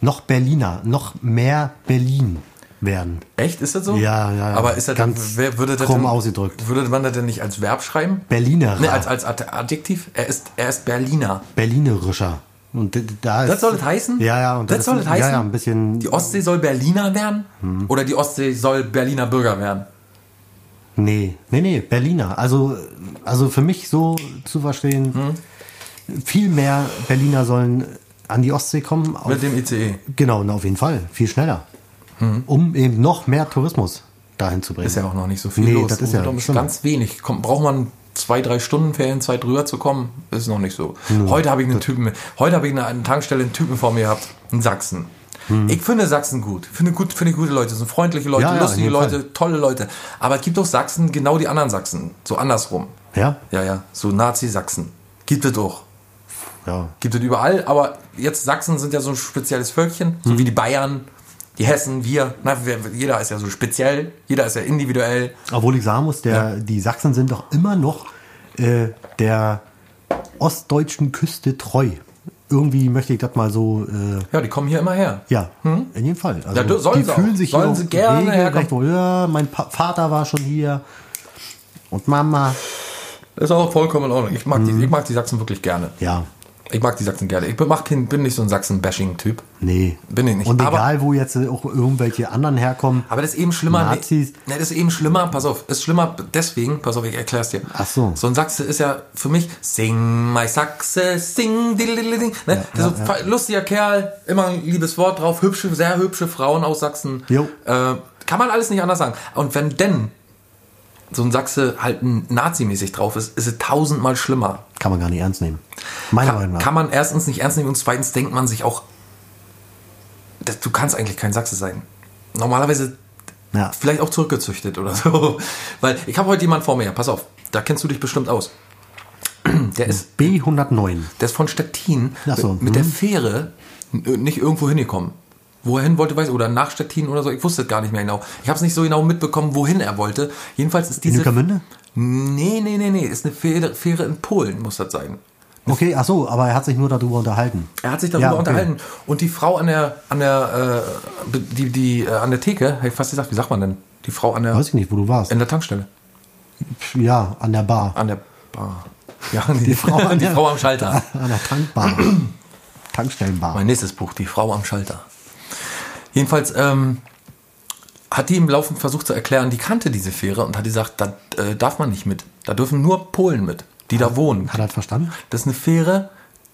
S1: Noch Berliner, noch mehr Berlin werden.
S2: Echt? Ist das so?
S1: Ja, ja, ja.
S2: Aber ist das
S1: Ganz
S2: wer, würde das
S1: krumm
S2: denn,
S1: ausgedrückt.
S2: Würde man das denn nicht als Verb schreiben?
S1: Berlinerer,
S2: Ne, als, als Ad- Adjektiv? Er ist, er ist Berliner.
S1: Berlinerischer. Und d- d- da ist,
S2: Das soll es heißen?
S1: Ja, ja.
S2: das, soll es heißen?
S1: Ja, ja, ein bisschen. Hm.
S2: Die Ostsee soll Berliner werden? Oder die Ostsee soll Berliner Bürger werden?
S1: Nee, nee, nee, Berliner. Also, also für mich so zu verstehen,
S2: Hm.
S1: viel mehr Berliner sollen an die Ostsee kommen. Auf,
S2: Mit dem E. ICE.
S1: genau, na, auf jeden Fall. Viel schneller. Um eben noch mehr Tourismus dahin zu bringen.
S2: Hm. Ist ja auch noch nicht so viel
S1: Nee,
S2: los.
S1: das ist ja-
S2: Usedom ist
S1: stimmt.
S2: ganz wenig. Kommt, braucht man zwei, drei Stunden Ferienzeit rüber zu kommen? Ist noch nicht so. Heute habe ich einen Typen, heute habe ich eine, eine Tankstelle einen Typen vor mir gehabt, in Sachsen. Ich finde Sachsen gut. Finde gut, finde gute Leute, sind freundliche Leute,
S1: Hm. Ja, ja,
S2: lustige
S1: in jedem
S2: Leute, tolle Leute. Aber es gibt auch Sachsen, genau die anderen Sachsen. So andersrum.
S1: Ja?
S2: Ja, ja. So Nazi-Sachsen. Gibt es auch.
S1: Ja.
S2: Gibt es überall, aber jetzt Sachsen sind ja so ein spezielles Völkchen, so
S1: Hm.
S2: wie die Bayern, die Hessen, wir. Na, wer- jeder ist ja so speziell, jeder ist ja individuell.
S1: Obwohl ich sagen muss, der, die Sachsen sind doch immer noch äh, der ostdeutschen Küste treu. Irgendwie möchte ich das mal so. Äh,
S2: Ja, die kommen hier immer her.
S1: ja, in jedem Fall. Also,
S2: Ja, du- Hm? sollen
S1: die
S2: sie auch.
S1: fühlen sich
S2: Sollen
S1: hier
S2: sie
S1: auch
S2: gerne
S1: regelrecht
S2: herkommen.
S1: wohl. Ja, mein pa Vater war schon hier und Mama.
S2: Das ist auch vollkommen in Ordnung. Ich mag,
S1: Mhm.
S2: die, ich mag die Sachsen wirklich gerne.
S1: Ja,
S2: Ich mag die Sachsen gerne. Ich bin, mach kein, bin nicht so ein Sachsen-Bashing-Typ.
S1: nee.
S2: Bin ich nicht.
S1: Und
S2: Aber-
S1: egal, wo jetzt auch irgendwelche anderen herkommen.
S2: Aber das ist eben schlimmer.
S1: Nazis.
S2: Nee, nee, das ist eben schlimmer. Pass auf. Ist schlimmer deswegen. Pass auf, ich erklär's dir.
S1: Ach so.
S2: So ein Sachse ist ja für mich Sing my Sachse, sing, ding. Ne?
S1: ja,
S2: so,
S1: ja.
S2: fa- Lustiger Kerl, immer ein liebes Wort drauf. Hübsche, sehr hübsche Frauen aus Sachsen.
S1: Jo.
S2: Äh, kann man alles nicht anders sagen. Und wenn denn so ein Sachse halt ein nazimäßig drauf ist, ist es tausendmal schlimmer.
S1: Kann man gar nicht ernst nehmen. Meiner Meinung
S2: Kann,
S1: nach.
S2: kann man erstens nicht ernst nehmen und zweitens denkt man sich auch, dass du kannst eigentlich kein Sachse sein. Normalerweise
S1: Ja.
S2: vielleicht auch zurückgezüchtet oder so. Weil ich habe heute jemanden vor mir, pass auf, da kennst du dich bestimmt aus. Der ist,
S1: B109.
S2: der ist von Stettin
S1: Hm. Ach so, hm.
S2: mit mit der Fähre n- äh, nicht irgendwo hingekommen. Wo er hin wollte, weiß ich, oder nach Stettin oder so, ich wusste es gar nicht mehr genau. Ich habe es nicht so genau mitbekommen, wohin er wollte. Jedenfalls ist diese...
S1: Lückermünde?
S2: Nee, nee, nee, nee. Ist eine Fähre, Fähre in Polen, muss das sein.
S1: Okay, ach so, aber er hat sich nur darüber unterhalten.
S2: Er hat sich darüber
S1: Ja, okay.
S2: unterhalten. Und die Frau an der, an der, äh, die, die, äh, an der Theke, hätte ich fast gesagt, wie sagt man denn? Die Frau an der,
S1: Weiß ich nicht, wo du warst.
S2: in der Tankstelle.
S1: Pf, Ja, an der Bar.
S2: An der Bar. Ja, die, Frau, die Frau am Schalter.
S1: An der Tankbar. Tankstellenbar.
S2: Mein nächstes Buch, Die Frau am Schalter. Jedenfalls ähm, hat die im Laufen versucht zu erklären, die kannte diese Fähre und hat gesagt, da äh, darf man nicht mit. Da dürfen nur Polen mit, die da wohnen.
S1: Hat er das verstanden?
S2: Das ist eine Fähre,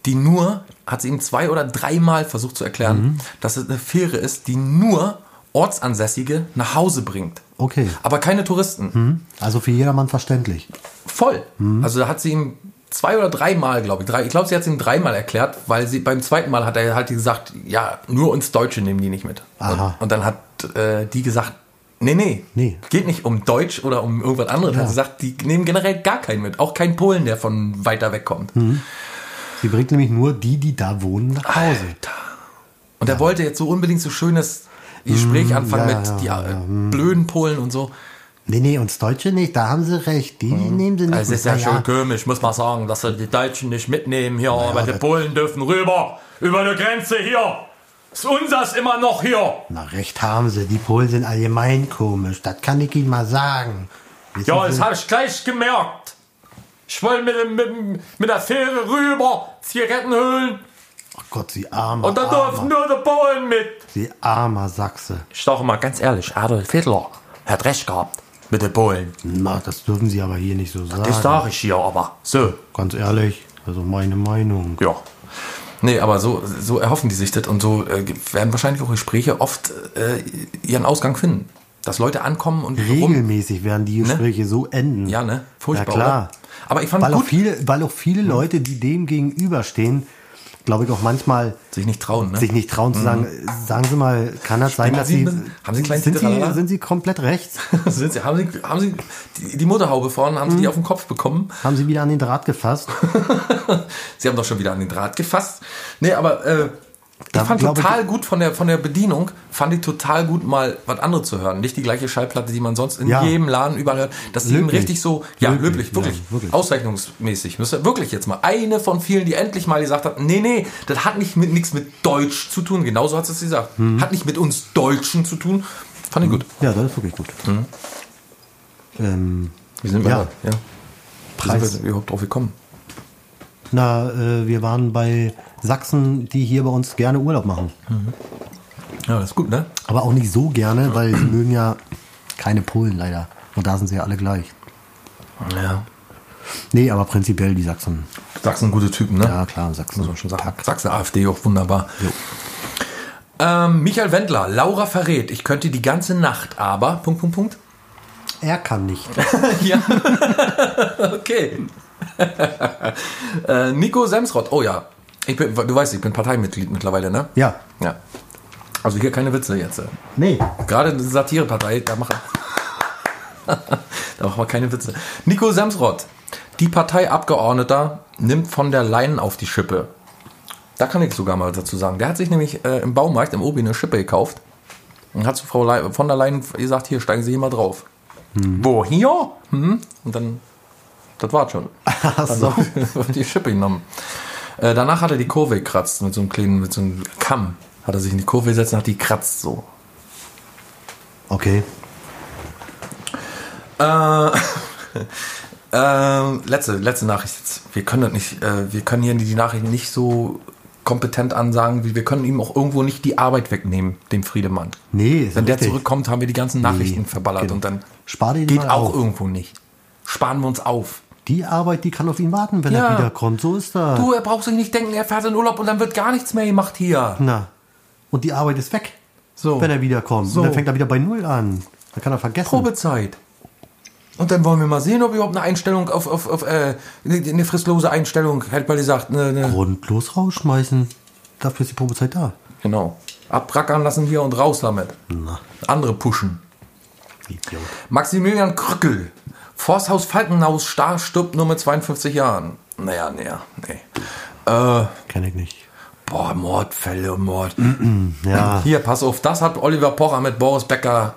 S2: die nur, hat sie ihm zwei oder dreimal versucht zu erklären,
S1: Mhm.
S2: dass es eine Fähre ist, die nur Ortsansässige nach Hause bringt.
S1: Okay.
S2: Aber keine Touristen.
S1: Also für jedermann verständlich.
S2: Voll.
S1: Mhm.
S2: Also da hat sie ihm zwei oder dreimal, glaube ich, drei, ich glaube, sie hat es ihm dreimal erklärt, weil sie beim zweiten Mal hat er halt gesagt, ja, nur uns Deutsche nehmen die nicht mit.
S1: Aha.
S2: Und, und dann hat äh, die gesagt, nee, nee,
S1: Nee.
S2: geht nicht um Deutsch oder um irgendwas anderes. Hat sie gesagt, die nehmen generell gar keinen mit, auch keinen Polen, der von weiter weg
S1: Mhm.
S2: kommt.
S1: Sie bringt nämlich nur die, die da wohnen, nach Hause.
S2: Alter. Und er wollte jetzt so unbedingt so schönes Gespräch anfangen
S1: Mm, ja,
S2: mit
S1: ja,
S2: die
S1: ja, mm.
S2: äh, blöden Polen und so.
S1: Nee, nee, uns Deutsche nicht, da haben sie recht. Die, die nehmen sie nicht.
S2: Es Mhm. Also ist ja
S1: Na
S2: schon komisch, muss man sagen, dass sie die Deutschen nicht mitnehmen hier, aber die
S1: das-
S2: Polen dürfen rüber, über die Grenze hier. Ist unsers immer noch hier.
S1: Na, recht haben sie. Die Polen sind allgemein komisch. Das kann ich Ihnen mal sagen. Wissen
S2: Ja, das
S1: Sie-
S2: habe ich gleich gemerkt. Ich wollte mit, dem- mit, dem- mit der Fähre rüber, Zigarettenhöhlen,
S1: Ach Gott, Sie armer,
S2: und da dürfen
S1: armer,
S2: nur die Polen mit.
S1: Sie armer Sachse.
S2: Ich sage mal ganz ehrlich, Adolf Hitler hat recht gehabt mit den Polen.
S1: Na, das dürfen Sie aber hier nicht so sagen.
S2: sage ich hier aber. So.
S1: Ganz ehrlich, also meine Meinung.
S2: Ja. Nee, aber so, so erhoffen die sich das und so äh, werden wahrscheinlich auch Gespräche oft äh, ihren Ausgang finden. Dass Leute ankommen und rum.
S1: Regelmäßig werden die Gespräche so enden.
S2: Ne? Ja, ne? Furchtbar.
S1: Ja, klar.
S2: Oder? Aber ich fand
S1: Weil auch,
S2: gut, Hm.
S1: viele, weil auch viele Leute, die dem gegenüberstehen, glaube ich auch manchmal
S2: sich nicht trauen, ne?
S1: sich nicht trauen zu sagen, äh, sagen Sie mal, kann das sein, dass
S2: Sie-
S1: Sie,
S2: haben Sie einen kleinen
S1: sind,
S2: Titteralala?
S1: Sie, sind Sie komplett rechts?
S2: Sind sie, haben sie, haben sie die, die Motorhaube vorne, haben sie die auf den Kopf bekommen?
S1: Haben Sie wieder an den Draht gefasst?
S2: Sie haben doch schon wieder an den Draht gefasst. Nee, aber äh, ich
S1: Da
S2: fand
S1: glaube ich-
S2: total gut von der, von der Bedienung, fand ich total gut mal was anderes zu hören. Nicht die gleiche Schallplatte, die man sonst in
S1: Ja.
S2: jedem Laden überall hört. Das ist eben
S1: Löblich.
S2: richtig so, ja,
S1: Löblich,
S2: löblich,
S1: ja,
S2: wirklich,
S1: wirklich.
S2: Auszeichnungsmäßig. Das ist ja wirklich jetzt mal eine von vielen, die endlich mal gesagt hat, nee, nee, das hat nicht mit nichts mit Deutsch zu tun. Genauso hat sie es gesagt.
S1: Mhm.
S2: Hat nicht mit uns Deutschen zu tun. Fand ich gut.
S1: Ja, das ist wirklich gut. Ähm,
S2: Wie sind wir
S1: Ja.
S2: da? Ja. Wie
S1: Preis.
S2: sind wir überhaupt drauf gekommen?
S1: na, äh, wir waren bei Sachsen, die hier bei uns gerne Urlaub machen.
S2: Ja, das ist gut, ne?
S1: Aber auch nicht so gerne, weil sie mögen ja keine Polen leider. Und da sind sie ja alle gleich.
S2: Ja.
S1: Nee, aber prinzipiell die Sachsen.
S2: Sachsen gute Typen, ne?
S1: Ja, klar, Sachsen.
S2: Muss man schon sagen. Sachsen AfD auch wunderbar. Ähm, Michael Wendler, Laura verrät, ich könnte die ganze Nacht, aber. Punkt, Punkt, Punkt.
S1: Er kann nicht.
S2: Ja. okay. äh, Nico Semsrott, oh ja. Ich bin, du weißt, ich bin Parteimitglied mittlerweile, ne?
S1: Ja.
S2: Ja. Also hier keine Witze jetzt. äh.
S1: Nee.
S2: Gerade eine Satirepartei, da machen, da machen wir keine Witze. Nico Samsrott, die Parteiabgeordneter nimmt von der Leyen auf die Schippe. Da kann ich sogar mal dazu sagen. Der hat sich nämlich äh, im Baumarkt im Obi eine Schippe gekauft und hat zu Frau Le von der Leyen gesagt, hier steigen Sie hier mal drauf. Wo? Hier? Hm? Und dann, das war's schon.
S1: Ach so.
S2: Auf die Schippe genommen. Äh, danach hat er die Kurve gekratzt mit so einem kleinen, mit so einem Kamm. Hat er sich in die Kurve gesetzt und hat die kratzt so.
S1: Okay.
S2: Äh, Ähm, letzte, letzte Nachricht. jetzt. Wir können das nicht, äh, wir können hier die Nachrichten nicht so kompetent ansagen, wie wir können ihm auch irgendwo nicht die Arbeit wegnehmen, dem Friedemann.
S1: Nee, ist
S2: Wenn der
S1: richtig.
S2: zurückkommt, haben wir die ganzen Nachrichten
S1: Nee,
S2: verballert
S1: genau.
S2: und dann
S1: Spar dir die
S2: geht
S1: mal
S2: auch
S1: auf.
S2: irgendwo nicht. Sparen wir uns auf.
S1: Die Arbeit, die kann auf ihn warten, wenn
S2: Ja.
S1: er wiederkommt. So ist er.
S2: Du, er braucht sich nicht denken, er fährt in Urlaub und dann wird gar nichts mehr gemacht hier.
S1: Na. Und die Arbeit ist weg,
S2: So.
S1: wenn er wiederkommt.
S2: Oh. So.
S1: Und dann fängt er wieder bei Null an. Dann kann er vergessen.
S2: Probezeit. Und dann wollen wir mal sehen, ob überhaupt eine Einstellung auf, auf, auf äh, eine fristlose Einstellung, hätte man gesagt, eine, eine
S1: Grundlos rausschmeißen. Dafür ist die Probezeit da.
S2: Genau. Abrackern lassen wir und raus damit.
S1: Na.
S2: Andere pushen.
S1: Idiot.
S2: Maximilian Krückel. Forsthaus Falkenhaus Star stirbt nur mit 52 Jahren. Naja, naja, nee. Äh,
S1: Kenn ich nicht.
S2: boah, Mordfälle, Mord.
S1: Ja.
S2: Hier, pass auf, das hat Oliver Pocher mit Boris Beckers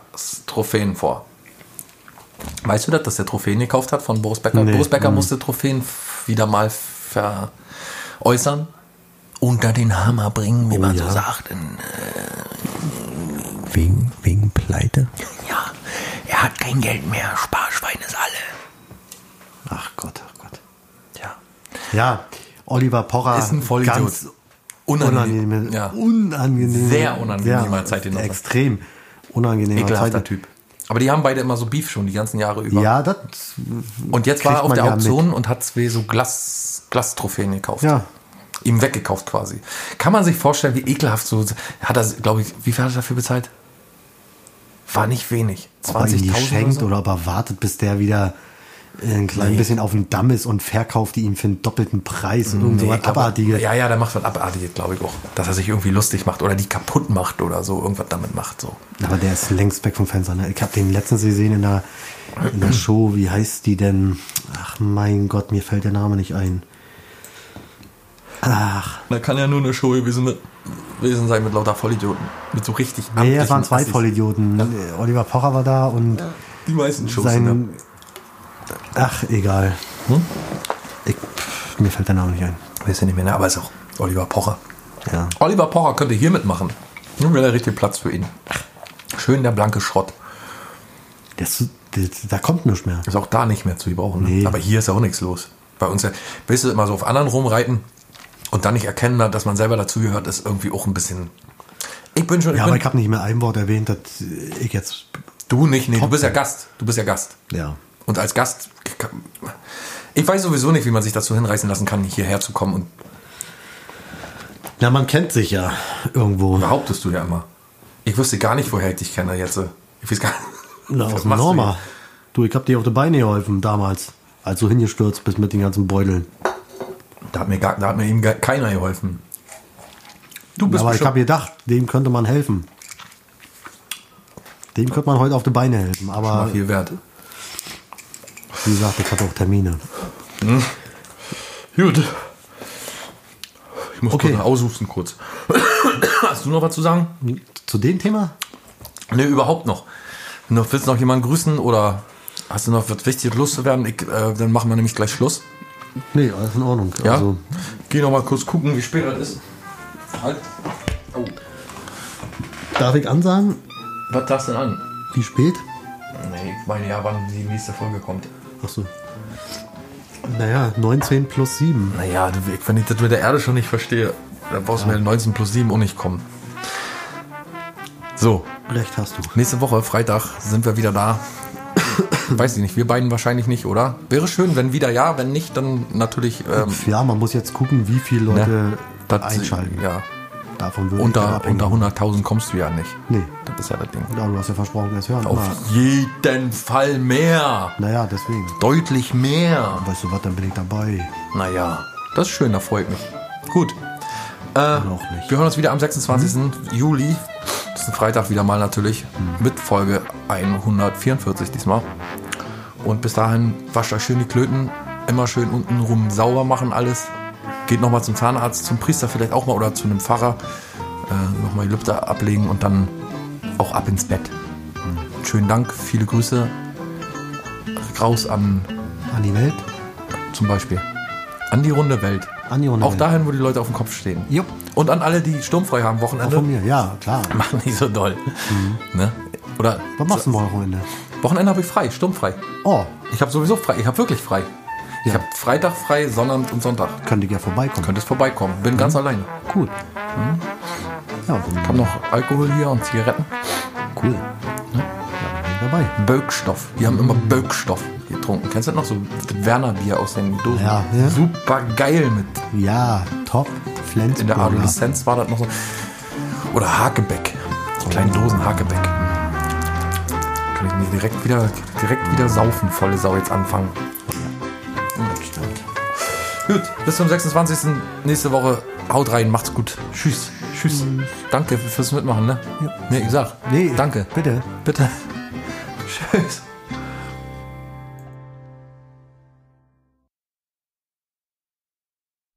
S2: Trophäen vor. Weißt du das, dass der Trophäen gekauft hat von Boris Becker?
S1: Nee. mm.
S2: Boris Becker musste Trophäen wieder mal veräußern. Unter den Hammer bringen,
S1: Oh
S2: wie man so sagt. In,
S3: Wegen, wegen Pleite?
S2: ja, er hat kein Geld mehr. Sparschwein ist alle.
S1: Ach Gott, ach Gott.
S2: Ja.
S1: Ja, Oliver Porra
S2: Ist ein Vollidiot.
S1: Ganz
S2: Ah, Unangenehm.
S1: unangenehme,
S2: Ja.
S1: unangenehme,
S2: Sehr unangenehmer Zeitgenosse.
S1: Extrem unangenehmer
S2: Ekelhafter
S1: Zeitgenosse.
S2: Typ. Aber die haben beide immer so Beef schon die ganzen Jahre über.
S1: Ja, das,
S2: Und jetzt war er
S1: Kriegt
S2: auf
S1: man
S2: der
S1: ja
S2: Auktion und hat zwei so Glas, Glastrophäen gekauft.
S1: Ja.
S2: Ihm weggekauft quasi. Kann man sich vorstellen, wie ekelhaft so. Hat er, glaube ich, wie viel hat er dafür bezahlt? War nicht wenig.
S1: ob er ihm
S2: 20.000
S1: die
S2: oder
S1: schenkt
S2: so?
S1: oder ob er wartet, bis der wieder äh, ein klein bisschen auf dem Damm ist und verkauft die ihm für einen doppelten Preis und irgend so was
S2: Ich glaub,
S1: Abartiges.
S2: Ja, ja, der macht was Abartiges, glaube ich auch. Dass er sich irgendwie lustig macht oder die kaputt macht oder so. Irgendwas damit macht so.
S1: Aber der ist längst weg vom Fenster. Ne? Ich habe den letztens gesehen in der, in der Show, wie heißt die denn? Ach mein Gott, mir fällt der Name nicht ein. Ach,
S2: Da kann ja nur eine Show gewesen, mit, gewesen sein mit lauter Vollidioten. Mit so richtig
S1: nee,
S2: amtlichen
S1: das waren zwei
S2: Assis.
S1: Vollidioten. Oliver Pocher war da und
S2: Die meisten Shows.
S1: sein...
S2: ne?
S1: Ach, egal.
S2: Hm?
S1: Ich, pff, mir fällt der Name nicht ein.
S2: Weiß ich nicht mehr, ne? aber ist auch Oliver Pocher.
S1: Ja.
S2: Oliver Pocher könnte hier mitmachen. Nun wäre da richtig Platz für ihn. Schön der blanke Schrott.
S1: Das, das, da kommt nichts mehr.
S2: Ist auch da nicht mehr zu gebrauchen. ne?
S1: Nee.
S2: Aber hier ist ja auch nichts los. Bei uns, ja- weißt du, immer so auf anderen rumreiten und dann nicht erkennen, dass man selber dazugehört, ist irgendwie auch ein bisschen. Ich bin schon. Ich
S1: Ja,
S2: bin,
S1: aber ich habe nicht mehr ein Wort erwähnt, dass ich jetzt...
S2: du nicht, nee, du bist ja Gast. Du bist ja Gast.
S1: Ja.
S2: Und als Gast. kann- Ich weiß sowieso nicht, wie man sich dazu hinreißen lassen kann, hierher zu kommen. Und
S1: Na, man kennt sich ja irgendwo.
S2: behauptest du ja immer. Ich wüsste gar nicht, woher ich dich kenne jetzt. äh. Ich weiß gar nicht.
S1: Na,
S2: Was
S1: aus dem
S2: machst du
S1: Norma. Du, ich hab dir auf die Beine geholfen damals, als du hingestürzt bist mit den ganzen Beuteln.
S2: Da hat mir, gar, da hat mir eben gar keiner geholfen. Du bist
S1: Aber ich
S2: bestimmt-
S1: habe gedacht, dem könnte man helfen. Dem könnte man heute auf die Beine helfen.
S2: mal
S1: Aber
S2: viel wert.
S1: wie gesagt, ich hatte auch Termine.
S2: Gut. Ich muss
S1: Okay.
S2: kurz aushusten kurz. Hast du noch was zu sagen?
S1: Zu dem Thema?
S2: Ne, überhaupt noch. noch. Willst du noch jemanden grüßen oder hast du noch was Wichtiges loszuwerden? Ich, äh, dann machen wir nämlich gleich Schluss.
S1: Nee, alles in Ordnung.
S2: Ja?
S1: Also,
S2: Geh noch mal kurz gucken, wie spät das ist. Halt. Oh.
S1: darf ich ansagen,
S2: Was sagst du denn an?
S1: wie spät?
S2: Nee, ich meine ja, wann die nächste Folge kommt.
S1: Achso. Naja, 19 plus 7.
S2: Naja, du- ich- wenn ich das mit der Erde schon nicht verstehe, dann brauchst du mir 19 plus 7 auch nicht kommen. So,
S1: Recht hast du.
S2: Nächste Woche, Freitag, sind wir wieder da. Weiß ich nicht, wir beiden wahrscheinlich nicht, oder? Wäre schön, wenn wieder ja, wenn nicht, dann natürlich ähm, ne,
S1: Ja, man muss jetzt gucken, wie viele Leute
S2: das- genau.
S1: einschalten.
S2: Ja.
S1: Davon würde ich
S2: Unter,
S1: abhängen.
S2: unter 100.000 kommst du ja nicht.
S1: Nee.
S2: Das ist ja das Ding.
S1: Ja, du hast ja versprochen, es hören.
S2: Auf
S1: immer.
S2: jeden Fall mehr.
S1: Naja, deswegen.
S2: Deutlich mehr.
S1: Weißt du was, dann bin ich dabei.
S2: Naja, das ist schön, da freue ich mich. Gut. Äh,
S1: Oder auch nicht.
S2: wir hören uns wieder am 26. Juli. Das ist ein Freitag wieder mal natürlich. Mit Folge 144 diesmal. Und bis dahin wascht euch schön die Klöten. Immer schön untenrum sauber machen alles. Geht nochmal zum Zahnarzt, zum Priester vielleicht auch mal oder zu einem Pfarrer. Äh, nochmal die Lüfter ablegen und dann auch ab ins Bett. Schönen Dank, viele Grüße. Raus an
S1: An die Welt.
S2: zum Beispiel. An die runde Welt.
S1: An die runde
S2: Auch
S1: Welt.
S2: dahin, wo die Leute auf dem Kopf stehen.
S1: Jupp.
S2: Und an alle, die sturmfrei haben,
S1: Auch
S2: Wochenende.
S1: von mir, ja, klar.
S2: Mach nicht so doll. Ne? Oder
S1: Mhm. Was machst du morgen Wochenende?
S2: Wochenende habe ich frei, sturmfrei.
S1: Oh,
S2: Ich habe sowieso frei. Ich habe wirklich frei. Ich habe Freitag frei, Sonnabend und Sonntag.
S1: könnte ich ja vorbeikommen.
S2: Könntest vorbeikommen.
S1: Mhm.
S2: Bin ganz alleine.
S1: Gut.
S2: Hm?
S1: Ja, dann
S2: Hab noch Alkohol hier und Zigaretten.
S1: cool. Ja, dann bin ich dabei.
S2: Böckstoff. Wir haben immer Böckstoff getrunken. Kennst du das noch so? Das Werner-Bier aus den Dosen.
S1: Ja, ja.
S2: Super geil mit
S1: Ja, top. Flens.
S2: In der Adoleszenz war das noch so. Oder Hakebeck. Die kleinen Dosen Hakebeck. Kann ich mir direkt wieder, direkt wieder saufen, volle Sau jetzt anfangen. Gut, bis zum 26. nächste Woche. Haut rein, macht's gut. Tschüss. Tschüss. Danke fürs Mitmachen, ne? Ja. Nee, ich sag.
S1: Nee,
S2: Danke.
S1: bitte.
S2: Bitte.